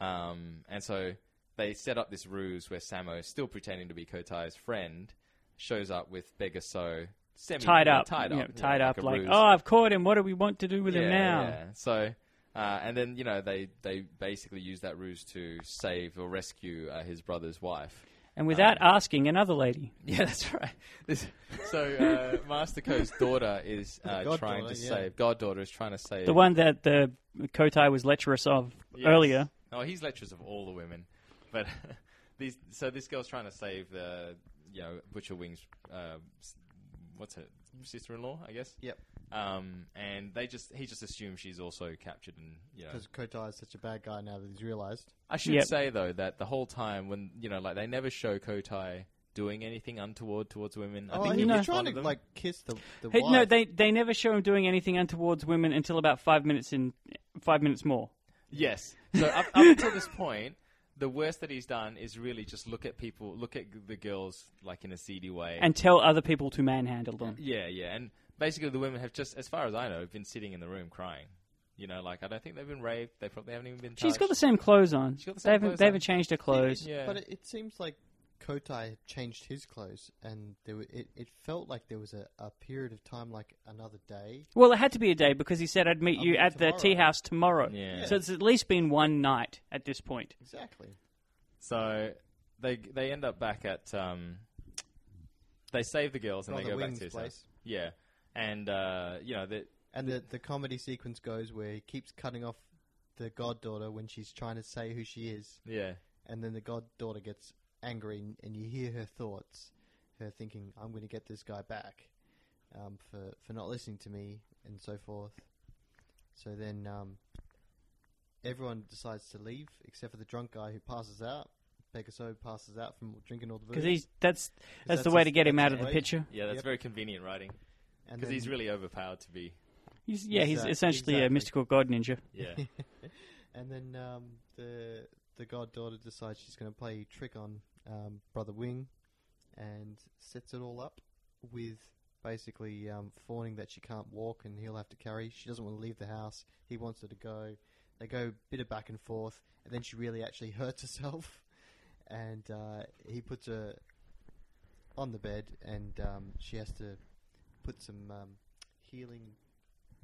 Speaker 3: Um, and so they set up this ruse where Samo, still pretending to be Kotai's friend, shows up with Begaso semi
Speaker 4: Tied up,
Speaker 3: tied up,
Speaker 4: you know,
Speaker 3: yeah,
Speaker 4: tied up.
Speaker 3: a
Speaker 4: Like,
Speaker 3: ruse.
Speaker 4: oh, I've caught him. What do we want to do with
Speaker 3: Yeah,
Speaker 4: him now?
Speaker 3: yeah. So, uh, and then you know they they basically use that ruse to save or rescue uh, his brother's wife.
Speaker 4: and without asking another lady.
Speaker 3: Yeah, that's right. This, so uh, Masterco's daughter is uh,
Speaker 5: Goddaughter,
Speaker 3: trying to
Speaker 5: yeah.
Speaker 3: save. Goddaughter is trying to save.
Speaker 4: The one that the Kotai was lecherous of
Speaker 3: Yes.
Speaker 4: earlier.
Speaker 3: Oh, he's lectures of all the women, but these. So this girl's trying to save the, you know, Butcher Wings. Uh, s- what's her sister-in-law? I guess.
Speaker 5: Yep.
Speaker 3: Um, and they just he just assumes she's also captured and you know
Speaker 5: Because Kotai is such a bad guy now that he's realised.
Speaker 3: I should
Speaker 4: Yep.
Speaker 3: say though that the whole time when you know, like they never show Kotai doing anything untoward towards women. I
Speaker 5: Oh,
Speaker 3: think
Speaker 5: and
Speaker 3: he
Speaker 5: he's
Speaker 3: was
Speaker 5: trying
Speaker 3: one
Speaker 5: to
Speaker 3: of them.
Speaker 5: like kiss the the
Speaker 4: Hey,
Speaker 5: wife.
Speaker 4: no, they they never show him doing anything untowards women until about five minutes in five minutes more.
Speaker 3: yes. So up, up until this point, the worst that he's done is really just look at people, look at the girls like in a seedy way,
Speaker 4: And tell other people to manhandle them.
Speaker 3: yeah, yeah, and basically the women have just, as far as I know, have been sitting in the room crying. You know, like I don't think they've been raped. They probably haven't even been.
Speaker 4: She's got the
Speaker 3: touched.
Speaker 4: same clothes on.
Speaker 3: She's got the
Speaker 4: they
Speaker 3: same
Speaker 4: haven't
Speaker 3: clothes
Speaker 4: they
Speaker 3: on.
Speaker 4: haven't changed her clothes.
Speaker 3: Yeah.
Speaker 5: But it, it seems like Kotai had changed his clothes, and there were, it, it felt like there was a, a period of time, like another day.
Speaker 4: Well, it had to be a day because he said I'd meet
Speaker 5: I'll
Speaker 4: you
Speaker 5: meet
Speaker 4: at the
Speaker 5: tomorrow.
Speaker 4: tea house tomorrow.
Speaker 3: Yeah.
Speaker 4: So it's at least been one night at this point.
Speaker 5: Exactly.
Speaker 3: So they they end up back at um, they save the girls and
Speaker 5: On
Speaker 3: they
Speaker 5: the
Speaker 3: go back
Speaker 5: wings
Speaker 3: to his
Speaker 5: place.
Speaker 3: house. Yeah, and uh, you know that
Speaker 5: And the, the comedy sequence goes where he keeps cutting off the goddaughter when she's trying to say who she is,
Speaker 3: yeah
Speaker 5: and then the goddaughter gets angry, and, and you hear her thoughts, her thinking, "I'm going to get this guy back um, for for not listening to me," and so forth. So then um, everyone decides to leave except for the drunk guy who passes out. Pegaso passes out from drinking all the booze.
Speaker 4: Because he's that's that's, the
Speaker 5: that's
Speaker 4: way
Speaker 5: his-
Speaker 4: to get him
Speaker 5: that's
Speaker 4: out of
Speaker 5: his
Speaker 4: the
Speaker 5: way.
Speaker 4: picture.
Speaker 3: yeah that's
Speaker 5: Yep.
Speaker 3: very convenient writing
Speaker 5: And
Speaker 3: because he's
Speaker 5: then-
Speaker 3: really overpowered to be
Speaker 4: He's, yeah, he's
Speaker 5: Exact-
Speaker 4: essentially a
Speaker 5: exactly.
Speaker 4: mystical god ninja. Oh,
Speaker 3: yeah
Speaker 5: And then um, the the goddaughter decides she's going to play a trick on um, Brother Wing, and sets it all up with basically um, fawning that she can't walk and he'll have to carry. She doesn't want to leave the house. He wants her to go. They go a bit of back and forth, and then she really actually hurts herself, and uh, he puts her on the bed, and um, she has to put some um, healing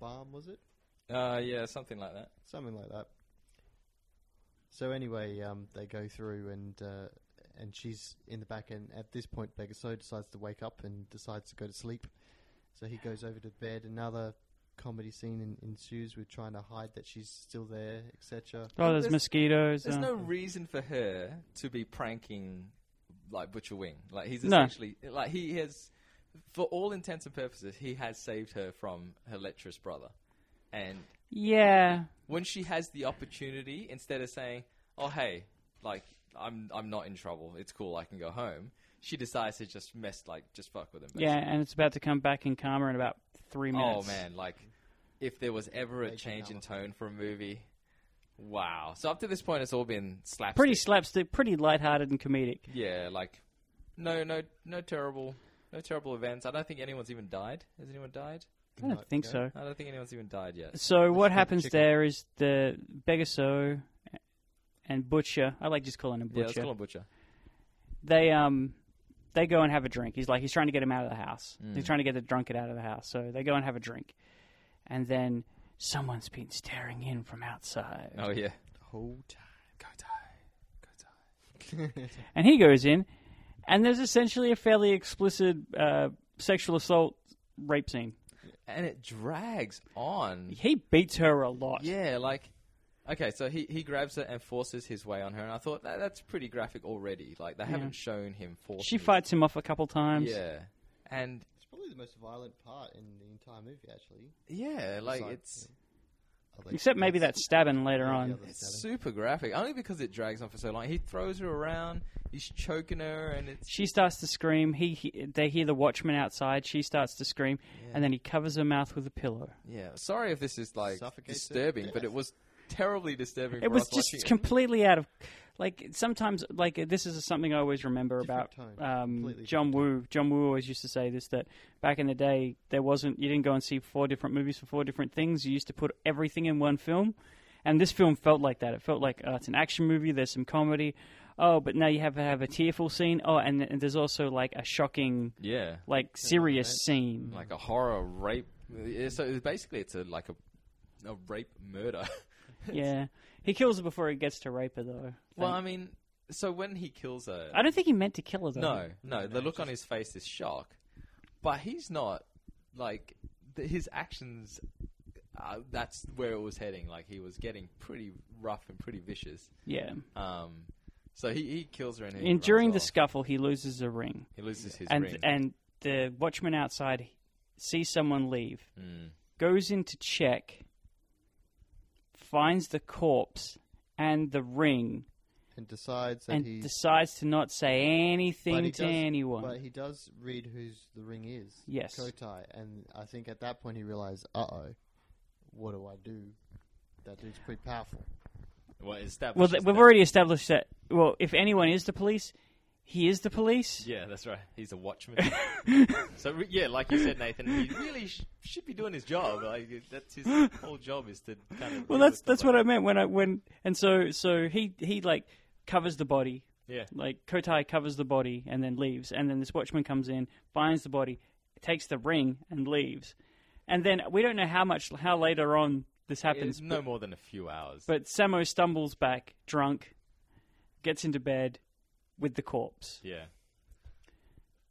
Speaker 5: balm. Was it?
Speaker 3: uh, yeah something like that
Speaker 5: something like that. So anyway, um, they go through and uh, and she's in the back end. At this point, Pegaso decides to wake up and decides to go to sleep. So he goes over to bed. Another comedy scene en- ensues with trying to hide that she's still there, etc.
Speaker 4: Oh, there's,
Speaker 3: There's-
Speaker 4: mosquitoes.
Speaker 3: there's
Speaker 4: uh,
Speaker 3: no reason for her to be pranking like Butcher Wing like he's
Speaker 4: No.
Speaker 3: essentially like he has for all intents and purposes he has saved her from her lecherous brother and
Speaker 4: Yeah.
Speaker 3: when she has the opportunity, instead of saying, "Oh, hey, like I'm I'm not in trouble. It's cool. I can go home," she decides to just mess like just fuck with him.
Speaker 4: Yeah,
Speaker 3: basically.
Speaker 4: and it's about to come back in karma in about three
Speaker 3: Oh
Speaker 4: minutes.
Speaker 3: man, like if there was ever a change in tone for a movie, wow. So up to this point, it's all been slapstick.
Speaker 4: Pretty slapstick, pretty lighthearted and comedic.
Speaker 3: yeah, like no, no, no terrible, no terrible events. I don't think anyone's even died. Has anyone died?
Speaker 4: I don't think so.
Speaker 3: I don't think anyone's even died yet.
Speaker 4: So what
Speaker 5: the
Speaker 4: happens
Speaker 5: chicken.
Speaker 4: there is the Begaso and Butcher. I like just calling him
Speaker 3: Yeah,
Speaker 4: Butcher.
Speaker 3: let's call him Butcher.
Speaker 4: They um they go and have a drink. He's like he's trying to get him out of the house.
Speaker 3: Mm.
Speaker 4: He's trying to get the drunkard out of the house. So they go and have a drink, and then someone's been staring in from outside,
Speaker 3: Oh yeah,
Speaker 5: Whole time.
Speaker 3: go die, go die.
Speaker 4: and he goes in, and there's essentially a fairly explicit uh, sexual assault rape scene.
Speaker 3: And it drags on.
Speaker 4: He beats her a lot.
Speaker 3: Yeah, like okay, so he, he grabs her and forces his way on her, and I thought that, that's pretty graphic already. Like they haven't shown him forcing.
Speaker 4: She
Speaker 3: his-
Speaker 4: fights him off a couple times.
Speaker 3: Yeah, and
Speaker 5: It's probably the most violent part in the entire movie, actually.
Speaker 3: yeah, like
Speaker 5: Besides-
Speaker 3: it's
Speaker 5: Although-
Speaker 4: Except maybe that stabbing later
Speaker 5: Yeah,
Speaker 4: on.
Speaker 5: the other
Speaker 3: it's
Speaker 5: selling.
Speaker 3: super graphic only because it drags on for so long. He throws her around, he's choking her, and it's
Speaker 4: She starts to scream. He, he they hear the watchman outside. She starts to scream, and then he covers her mouth with a pillow.
Speaker 3: yeah. Sorry if this is like
Speaker 5: Suffocates her to
Speaker 3: disturbing, but
Speaker 5: death.
Speaker 3: it was terribly disturbing.
Speaker 4: It
Speaker 3: for
Speaker 4: was
Speaker 3: us
Speaker 4: just
Speaker 3: watching it.
Speaker 4: completely out of like sometimes like this is something I always remember
Speaker 5: Different
Speaker 4: about
Speaker 5: tone.
Speaker 4: um,
Speaker 5: Completely
Speaker 4: John Woo. John Woo always used to say this that back in the day there wasn't you didn't go and see four different movies for four different things. You used to put everything in one film, and this film felt like that. It felt like oh, it's an action movie. There's some comedy. Oh, but now you have have a tearful scene. Oh, and, and there's also like a shocking,
Speaker 3: yeah,
Speaker 4: like serious scene.
Speaker 3: like a horror rape. yeah, So it's basically, it's a like a a rape murder.
Speaker 4: Yeah. He kills her before he gets to rape her, though.
Speaker 3: Well, I mean, so when he kills her,
Speaker 4: I don't think he meant to kill her though.
Speaker 3: no, no, the look on his face is shock, but he's not like th- his actions. Uh, that's where it was heading. Like he was getting pretty rough and pretty vicious.
Speaker 4: Yeah.
Speaker 3: Um, so he, he kills her and he
Speaker 4: And during the
Speaker 3: runs off.
Speaker 4: scuffle, he loses a ring,
Speaker 3: he loses his
Speaker 4: and
Speaker 3: ring.
Speaker 4: and the watchman outside sees someone leave,
Speaker 5: Hmm.
Speaker 4: goes in to check, finds the corpse and the ring,
Speaker 5: and decides that
Speaker 4: and
Speaker 5: he
Speaker 4: decides to not say
Speaker 5: but he
Speaker 4: anything to
Speaker 5: does-
Speaker 4: anyone.
Speaker 5: But he does read who's the ring is.
Speaker 4: Yes.
Speaker 5: Kotai, and I think at that point he realized, uh oh, what do I do? That dude's pretty powerful.
Speaker 3: well,
Speaker 4: Well,
Speaker 3: establishes
Speaker 4: th- we've
Speaker 3: that-
Speaker 4: already established that. Well, if anyone is the police, he is the police.
Speaker 3: Yeah, that's right. He's a watchman. so re- yeah, like you said, Nathan, he really sh- should be doing his job. Like that's his whole job is to kind of.
Speaker 4: Well, that's that's what I meant when I when and so so he he like covers the body.
Speaker 3: Yeah.
Speaker 4: Like Kotai covers the body and then leaves, and then this watchman comes in, finds the body, takes the ring, and leaves. And then we don't know how much how later on this happens,
Speaker 3: It's no more than a few hours.
Speaker 4: but Samo stumbles back, drunk, gets into bed with the corpse.
Speaker 3: yeah.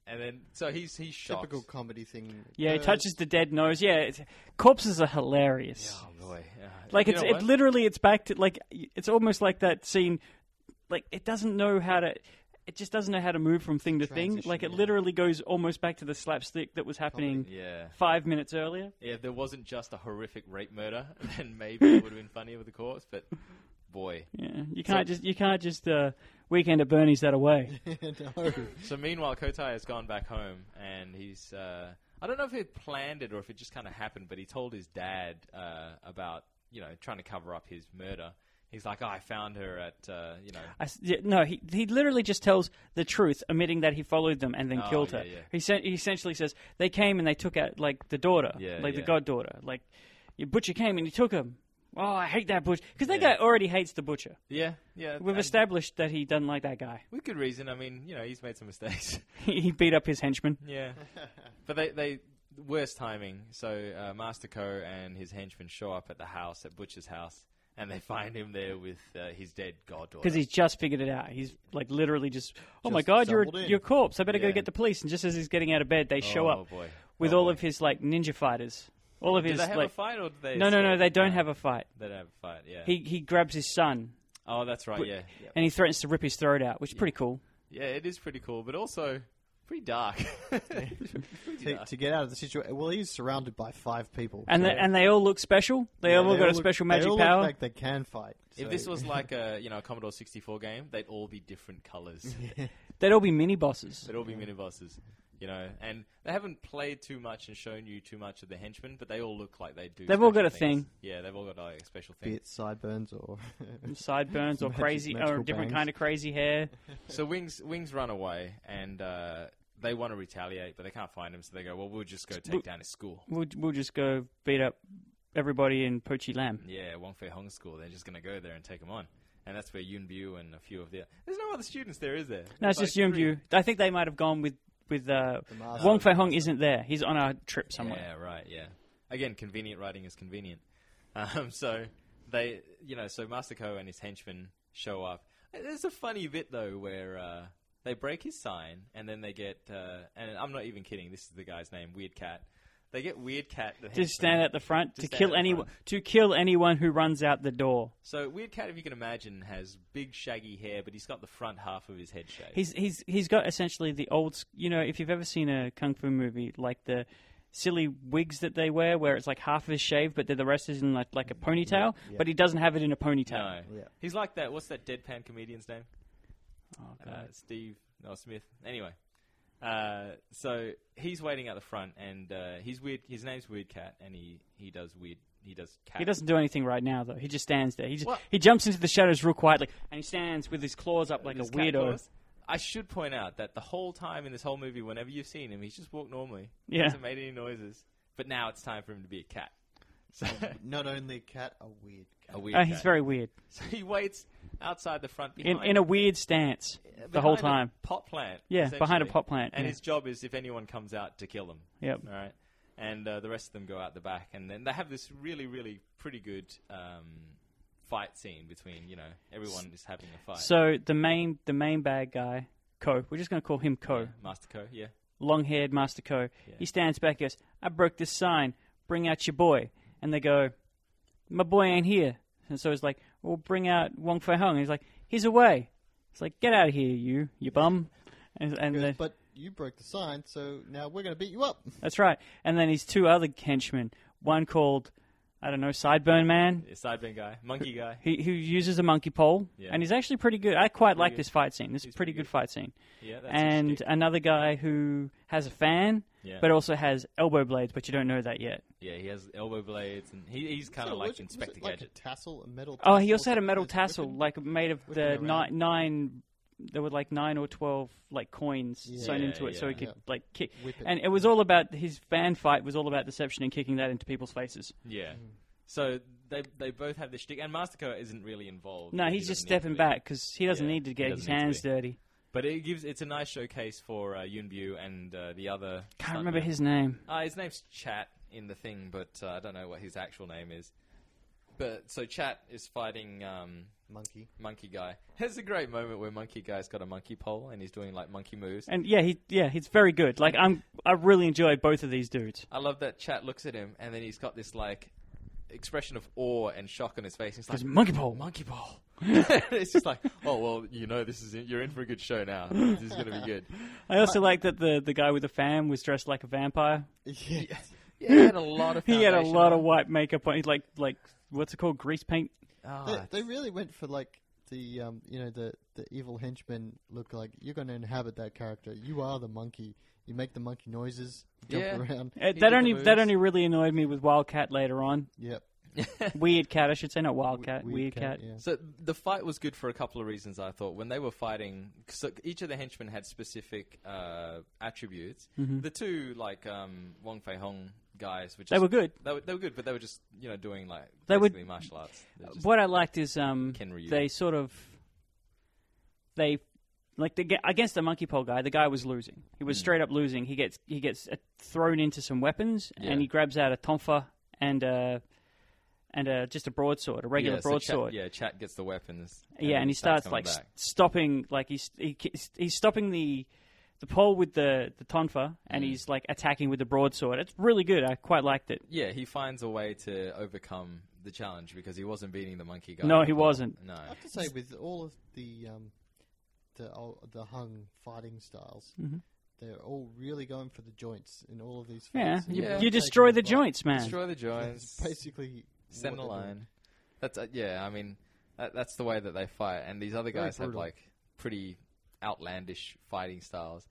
Speaker 3: And then so he's he's shocked.
Speaker 5: Typical comedy thing. Uh,
Speaker 4: Yeah, he
Speaker 3: Uh,
Speaker 5: Birds-
Speaker 4: touches the dead nose. Yeah, it's, corpses are hilarious.
Speaker 3: Oh boy. Uh,
Speaker 4: Like
Speaker 3: you
Speaker 4: it's
Speaker 3: know
Speaker 4: it
Speaker 3: what?
Speaker 4: literally it's back to like it's almost like that scene like it doesn't know how to it just doesn't know how to move from thing to thing.
Speaker 5: Transition,
Speaker 4: Like it
Speaker 5: yeah.
Speaker 4: literally goes almost back to the slapstick that was happening
Speaker 3: Yeah.
Speaker 4: five minutes earlier.
Speaker 3: Yeah, if there wasn't just a horrific rape murder, then maybe it would have been funnier with the corpse. But boy,
Speaker 4: Yeah. You can't just you can't just uh weekend at Bernie's that away.
Speaker 5: no.
Speaker 3: So meanwhile, Kotai has gone back home, and he's. Uh, I don't know if he planned it or if it just kind of happened, but he told his dad uh, about you know trying to cover up his murder. He's like, oh, I found her at uh, you know.
Speaker 4: I s yeah, no, he he literally just tells the truth, admitting that he followed them and then
Speaker 3: Oh,
Speaker 4: killed
Speaker 3: yeah,
Speaker 4: her.
Speaker 3: yeah.
Speaker 4: He said he essentially says they came and they took out like the daughter,
Speaker 3: Yeah,
Speaker 4: like
Speaker 3: yeah.
Speaker 4: the goddaughter, like your butcher came and he took him. Oh, I hate that butcher because that
Speaker 3: Yeah.
Speaker 4: guy already hates the butcher.
Speaker 3: Yeah, yeah.
Speaker 4: We've
Speaker 3: and
Speaker 4: established that he doesn't like that guy.
Speaker 3: with good reason. I mean, you know, he's made some mistakes.
Speaker 4: he beat up his henchman.
Speaker 3: yeah, but they they worse timing. So uh, Master Ko and his henchmen show up at the house at Butcher's house, and they find him there with uh, his dead goddaughter.
Speaker 4: Because he's just figured it out. He's like literally just, oh my
Speaker 5: Just
Speaker 4: god, you're
Speaker 5: stumbled in."
Speaker 4: you're a corpse. I better
Speaker 3: Yeah.
Speaker 4: go get the police. And just as he's getting out of bed, they show
Speaker 3: Oh,
Speaker 4: up
Speaker 3: boy.
Speaker 4: with
Speaker 3: Oh,
Speaker 4: all
Speaker 3: boy.
Speaker 4: of his like ninja fighters. All of
Speaker 3: Do
Speaker 4: his
Speaker 3: they have
Speaker 4: like
Speaker 3: a fight or do they?
Speaker 4: no, no, no,
Speaker 3: escape?
Speaker 4: they don't
Speaker 3: No.
Speaker 4: have a fight.
Speaker 3: They don't have a fight. Yeah.
Speaker 4: He he grabs his son
Speaker 3: oh, that's right. Yeah.
Speaker 4: and he threatens to rip his throat out, which is pretty cool.
Speaker 3: Yeah, it is pretty cool, but also pretty dark.
Speaker 5: to, to get out of the situation. Well, he's surrounded by five people.
Speaker 4: And
Speaker 5: so-
Speaker 4: they, and they all look special. They all
Speaker 5: they
Speaker 4: got a
Speaker 5: look-
Speaker 4: special
Speaker 5: they
Speaker 4: magic
Speaker 5: all look
Speaker 4: power.
Speaker 5: like they can fight.
Speaker 3: if
Speaker 5: so-
Speaker 3: this was like a you know a Commodore 64 game, they'd all be different colors.
Speaker 4: They'd all be mini bosses.
Speaker 3: they'd all be minibosses. You know, and they haven't played too much and shown you too much of the henchmen, but they all look like they do.
Speaker 4: They've all
Speaker 3: special
Speaker 4: got a
Speaker 3: things.
Speaker 4: thing.
Speaker 3: Yeah, they've all got like special
Speaker 5: be
Speaker 3: things.
Speaker 5: it sideburns or
Speaker 4: Sideburns or
Speaker 5: Magic-
Speaker 4: crazy or
Speaker 5: magical
Speaker 4: different
Speaker 5: bangs.
Speaker 4: kind of crazy hair.
Speaker 3: So wings wings run away, and uh, they want to retaliate, but they can't find him. So they go, well, we'll just go take down his school.
Speaker 4: We'll we'll just go beat up everybody in Pochi Lam.
Speaker 3: Yeah, Wong Fei Hong School. They're just going to go there and take him on. And that's where Yun Bu and a few of the. There's no other students there, is there?
Speaker 4: No, it's
Speaker 3: There's
Speaker 4: just
Speaker 3: like
Speaker 4: Yun
Speaker 3: three.
Speaker 4: Bu. I think they might have gone with with uh,
Speaker 5: master.
Speaker 4: Wong Fei Hong. Isn't there? He's on a trip somewhere.
Speaker 3: Yeah, right. Yeah. Again, convenient writing is convenient. Um, so they, you know, so Master Ko and his henchmen show up. There's a funny bit though where uh, they break his sign, and then they get, uh, and I'm not even kidding. This is the guy's name, Weird Cat. They get Weird Cat. The
Speaker 4: Just stand at the front
Speaker 3: Just
Speaker 4: to
Speaker 3: stand
Speaker 4: kill
Speaker 3: at the
Speaker 4: anyone
Speaker 3: front.
Speaker 4: to kill anyone who runs out the door.
Speaker 3: So Weird Cat, if you can imagine, has big shaggy hair, but he's got the front half of his head shaved.
Speaker 4: He's he's he's got essentially the old. s- You know, if you've ever seen a kung fu movie, like the silly wigs that they wear, where it's like half of his shaved, but then the rest is in like like a ponytail. But he doesn't have it in a ponytail.
Speaker 3: No.
Speaker 5: Yeah.
Speaker 3: He's like that. What's that deadpan comedian's name?
Speaker 4: Oh,
Speaker 3: Uh,
Speaker 4: God.
Speaker 3: Steve, no, Smith. Anyway. Uh, so he's waiting at the front, and uh, he's weird. His name's Weird Cat, and he, he does weird. He does cat.
Speaker 4: He doesn't do anything right now, though. He just stands there. He just,
Speaker 3: What?
Speaker 4: he jumps into the shadows real quietly, and he stands with his claws up like a
Speaker 3: His cat
Speaker 4: weirdo.
Speaker 3: does. I should point out that the whole time in this whole movie, whenever you've seen him, he's just walked normally. He
Speaker 4: Yeah.
Speaker 3: hasn't made any noises. But now it's time for him to be a cat. So
Speaker 5: not only a cat, a weird cat.
Speaker 3: a weird.
Speaker 4: Uh, Oh, he's
Speaker 3: cat.
Speaker 4: very weird.
Speaker 3: So he waits outside the front
Speaker 4: in,
Speaker 3: behind
Speaker 4: in a weird stance the whole
Speaker 3: behind
Speaker 4: time.
Speaker 3: a pot plant.
Speaker 4: Yeah, behind a
Speaker 3: essentially.
Speaker 4: pot plant,
Speaker 3: And
Speaker 4: yeah.
Speaker 3: his job is if anyone comes out to kill them.
Speaker 4: Yep.
Speaker 3: All right. And uh, the rest of them go out the back, and then they have this really, really pretty good um, fight scene between you know everyone is having a fight.
Speaker 4: So the main the main bad guy, Ko, we're just gonna call him Ko.
Speaker 3: Yeah, Master Co, yeah,
Speaker 4: long haired Master Co. He stands back and goes, I broke this sign. Bring out your boy. And they go, My boy ain't here. And so he's like, Well, bring out Wong Fei Hung. And he's like, He's away. It's like, Get out of here, you, you bum. And, and
Speaker 5: Goes,
Speaker 4: then,
Speaker 5: but you broke the sign, so now we're going to beat you up.
Speaker 4: that's right. And then he's two other henchmen, one called, I don't know, Sideburn Man.
Speaker 3: yeah sideburn guy, monkey guy.
Speaker 4: He, who uses a monkey pole,
Speaker 3: Yeah.
Speaker 4: and he's actually pretty good. I quite like
Speaker 3: good.
Speaker 4: this fight scene. This is
Speaker 3: He's
Speaker 4: a pretty
Speaker 3: pretty
Speaker 4: good. fight scene.
Speaker 3: Yeah, that's his
Speaker 4: and
Speaker 3: shtick.
Speaker 4: another guy who has a fan,
Speaker 3: Yeah.
Speaker 4: but also has elbow blades, but you don't know that yet.
Speaker 3: yeah, he has elbow blades and he, he's kind
Speaker 5: So
Speaker 3: of like
Speaker 5: was it- was it
Speaker 3: Inspector
Speaker 5: like
Speaker 3: Gadget.
Speaker 5: A tassel, a metal.
Speaker 4: Oh,
Speaker 5: tassel
Speaker 4: he also had a
Speaker 5: that
Speaker 4: metal
Speaker 5: was
Speaker 4: tassel,
Speaker 5: whipping-
Speaker 4: like made of
Speaker 5: whipping
Speaker 4: the
Speaker 5: around.
Speaker 4: nine, nine. There were like nine or twelve like coins sewn
Speaker 3: Yeah,
Speaker 4: into it, so he
Speaker 3: yeah.
Speaker 4: could
Speaker 5: Yeah.
Speaker 4: like kick.
Speaker 5: Whip it.
Speaker 4: And it was all about his fan fight was all about deception and kicking that into people's faces.
Speaker 3: Yeah.
Speaker 5: Hmm.
Speaker 3: So they they both have this shtick, and Master Co isn't really involved.
Speaker 4: No,
Speaker 3: He
Speaker 4: he's
Speaker 3: doesn't
Speaker 4: just
Speaker 3: need to
Speaker 4: stepping
Speaker 3: be.
Speaker 4: back because he doesn't
Speaker 3: Yeah,
Speaker 4: need to
Speaker 3: he
Speaker 4: get his
Speaker 3: doesn't need to
Speaker 4: hands
Speaker 3: be.
Speaker 4: dirty.
Speaker 3: But it gives it's a nice showcase for uh, Yunbu and uh, the other.
Speaker 4: Can't remember
Speaker 3: stuntman.
Speaker 4: his name.
Speaker 3: Uh, his name's Chat in the thing, but uh, I don't know what his actual name is. But so Chat is fighting um,
Speaker 5: monkey.
Speaker 3: Monkey Guy. There's a great moment where Monkey Guy's got a monkey pole and he's doing like monkey moves.
Speaker 4: And yeah, he yeah, he's very good. Like I'm, I really enjoyed both of these dudes.
Speaker 3: I love that Chat looks at him and then he's got this like expression of awe and shock on his face. He's like,
Speaker 4: Because monkey pole.
Speaker 3: monkey ball. it's just like, oh well, you know, this is it. you're in for a good show now. This is gonna be good.
Speaker 4: I also like that the the guy with the fan was dressed like a vampire.
Speaker 5: Yeah.
Speaker 3: Yeah, he had a lot of.
Speaker 4: He had a
Speaker 3: foundation
Speaker 4: lot of
Speaker 3: on.
Speaker 4: white makeup on. He's like like what's it called? Grease paint.
Speaker 3: Ah,
Speaker 5: They, they really went for like the um, you know the the evil henchmen look like you're going to inhabit that character. You are the monkey. You make the monkey noises, jump
Speaker 3: Yeah.
Speaker 5: around.
Speaker 3: He
Speaker 4: Uh, that
Speaker 3: did the
Speaker 4: only that
Speaker 3: moves.
Speaker 4: only really annoyed me with Wildcat later on.
Speaker 5: Yep.
Speaker 4: Weird Cat, I should say, not Wildcat.
Speaker 5: Weird
Speaker 4: Weird, Cat.
Speaker 5: Yeah.
Speaker 3: So the fight was good for a couple of reasons. I thought when they were fighting, so each of the henchmen had specific uh, attributes. The two like um, Wong Fei Hong guys, which
Speaker 4: Mm-hmm. They were good.
Speaker 3: They were, they were good, but they were just you know doing like
Speaker 4: They would-
Speaker 3: basically martial arts. They're just-
Speaker 4: What I liked is um,
Speaker 3: Ken Ryu.
Speaker 4: they sort of they like the, ga- against the monkey pole guy. The guy was losing. He
Speaker 3: Hmm.
Speaker 4: was straight up losing. He gets he gets uh, thrown into some weapons
Speaker 3: Yeah.
Speaker 4: and he grabs out a tonfa and a and a, just a broadsword, a regular
Speaker 3: yeah, so Chat-
Speaker 4: broadsward.
Speaker 3: yeah, Chat gets the weapons.
Speaker 4: Yeah, and he starts,
Speaker 3: coming
Speaker 4: like s
Speaker 3: back.
Speaker 4: stopping, like he's he, he's stopping the the pole with the the tonfa, and
Speaker 3: Hmm.
Speaker 4: he's like attacking with the broadsword. It's really good. I quite liked it.
Speaker 3: Yeah, he finds a way to overcome the challenge because he wasn't beating the monkey guy.
Speaker 4: No, he wasn't.
Speaker 3: No.
Speaker 5: I have to say, with all of the um, the ol- the hung fighting styles,
Speaker 4: Mm-hmm.
Speaker 5: they're all really going for the joints in all of these.
Speaker 4: Yeah,
Speaker 5: fights.
Speaker 4: you,
Speaker 3: Yeah.
Speaker 4: you
Speaker 5: Taking
Speaker 4: destroy the
Speaker 5: fight.
Speaker 4: joints, man.
Speaker 3: Destroy the
Speaker 5: That's
Speaker 3: joints.
Speaker 5: basically
Speaker 3: Send
Speaker 5: what
Speaker 3: a
Speaker 5: they're doing.
Speaker 3: line. That's uh, yeah. I mean, that, that's the way that they fight, and these other
Speaker 5: Very
Speaker 3: guys have
Speaker 5: brutal.
Speaker 3: like pretty outlandish fighting styles.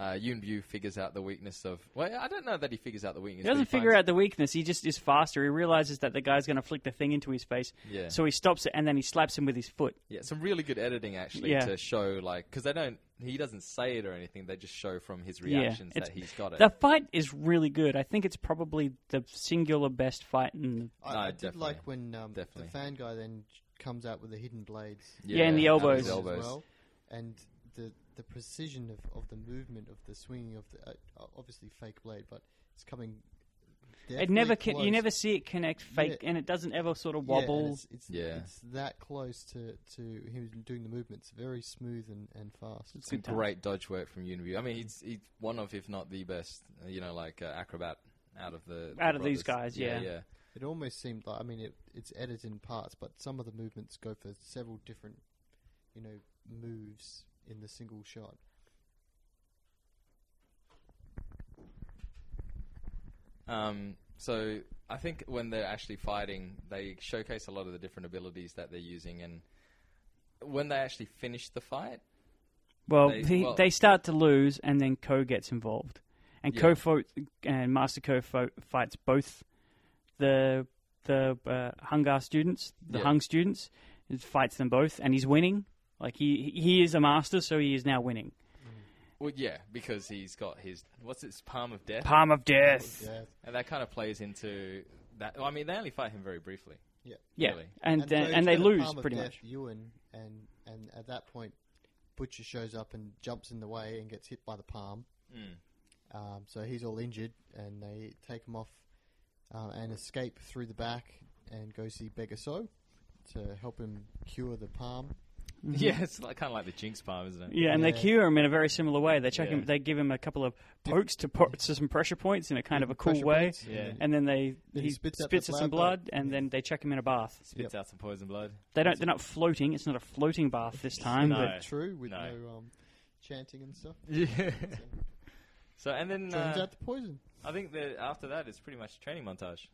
Speaker 3: Uh, Yun Bu figures out the weakness of. Well, I don't know that he figures out the weakness.
Speaker 4: He doesn't figure out the weakness. He just is faster. He realizes that the guy's going to flick the thing into his face.
Speaker 3: Yeah.
Speaker 4: So he stops it and then he slaps him with his foot.
Speaker 3: Yeah, some really good editing actually
Speaker 4: Yeah.
Speaker 3: to show like because they don't. He doesn't say it or anything. They just show from his reactions
Speaker 4: yeah.
Speaker 3: that
Speaker 4: it's-
Speaker 3: he's got it.
Speaker 4: The fight is really good. I think it's probably the singular best fight in
Speaker 5: I,
Speaker 3: No,
Speaker 5: I did
Speaker 3: definitely.
Speaker 5: like when um, the
Speaker 3: Definitely.
Speaker 5: fan guy then comes out with the hidden blades.
Speaker 4: yeah, and the
Speaker 3: out of his
Speaker 5: as
Speaker 4: elbows.
Speaker 5: well, and the the precision of, of the movement of the swinging of the uh, obviously fake blade, but it's coming.
Speaker 4: It never
Speaker 5: deathly
Speaker 4: can, you
Speaker 5: close.
Speaker 4: never see it connect fake,
Speaker 5: Yeah.
Speaker 4: and it doesn't ever sort of
Speaker 5: Yeah, and
Speaker 4: wobble.
Speaker 5: it's, it's,
Speaker 3: Yeah.
Speaker 5: it's that close to, to him doing the movements, very smooth and, and fast.
Speaker 4: It's
Speaker 3: some
Speaker 4: good times.
Speaker 3: great dodge work from Uniview. I mean, he's he's one of, if not the best, uh, you know, like uh, acrobat out of the, the
Speaker 4: Out of these
Speaker 3: brothers.
Speaker 4: guys, yeah.
Speaker 3: yeah,
Speaker 5: It almost seemed like I mean it, it's edited in parts, but some of the movements go for several different, you know, moves in the single shot.
Speaker 3: Um, so I think when they're actually fighting, they showcase a lot of the different abilities that they're using, and when they actually finish the fight,
Speaker 4: Well,
Speaker 3: They-
Speaker 4: they,
Speaker 3: well-
Speaker 4: they start to lose, and then Ko gets involved, and
Speaker 3: Yeah.
Speaker 4: Ko fo- and Master Ko fo- fights both the the uh, Hungar students, the
Speaker 3: Yeah.
Speaker 4: Hung students, and fights them both, and he's winning. Like he he is a master, so he is now winning.
Speaker 3: well, yeah, because he's got his what's his palm of death,
Speaker 4: Palm of death.
Speaker 5: Yeah,
Speaker 3: and that kind of plays into that. Well, I mean, they only fight him very briefly.
Speaker 5: yeah.
Speaker 4: Yeah,
Speaker 3: Really.
Speaker 4: and
Speaker 5: so
Speaker 4: then,
Speaker 5: it's
Speaker 4: and they
Speaker 5: got a
Speaker 4: lose
Speaker 5: palm of
Speaker 4: pretty
Speaker 5: death,
Speaker 4: much.
Speaker 5: Ewan and and at that point, Butcher shows up and jumps in the way and gets hit by the palm. Um, so he's all injured, and they take him off uh, and escape through the back and go see Begaso. to help him cure the palm.
Speaker 3: Yeah, it's like, kind of like the Jinx palm, isn't it?
Speaker 4: Yeah, and they
Speaker 5: Yeah.
Speaker 4: cure him in a very similar way. They check
Speaker 3: Yeah.
Speaker 4: him. They give him a couple of pokes to, po- to some pressure points in a kind of a cool
Speaker 5: Pressure
Speaker 4: way,
Speaker 5: points.
Speaker 3: Yeah.
Speaker 4: and then they
Speaker 5: Then
Speaker 4: he
Speaker 5: he
Speaker 4: spits,
Speaker 5: spits out the
Speaker 4: at some blood,
Speaker 5: blood, but-
Speaker 4: and then they check him in a bath.
Speaker 3: Spits out some poison blood.
Speaker 4: They don't. They're not floating. It's not a floating bath this time.
Speaker 3: No.
Speaker 4: But
Speaker 5: True, with
Speaker 3: No.
Speaker 5: no, um, chanting and stuff.
Speaker 3: Yeah. so and then
Speaker 5: Turns
Speaker 3: uh,
Speaker 5: out the poison.
Speaker 3: I think that after that it's pretty much training montage.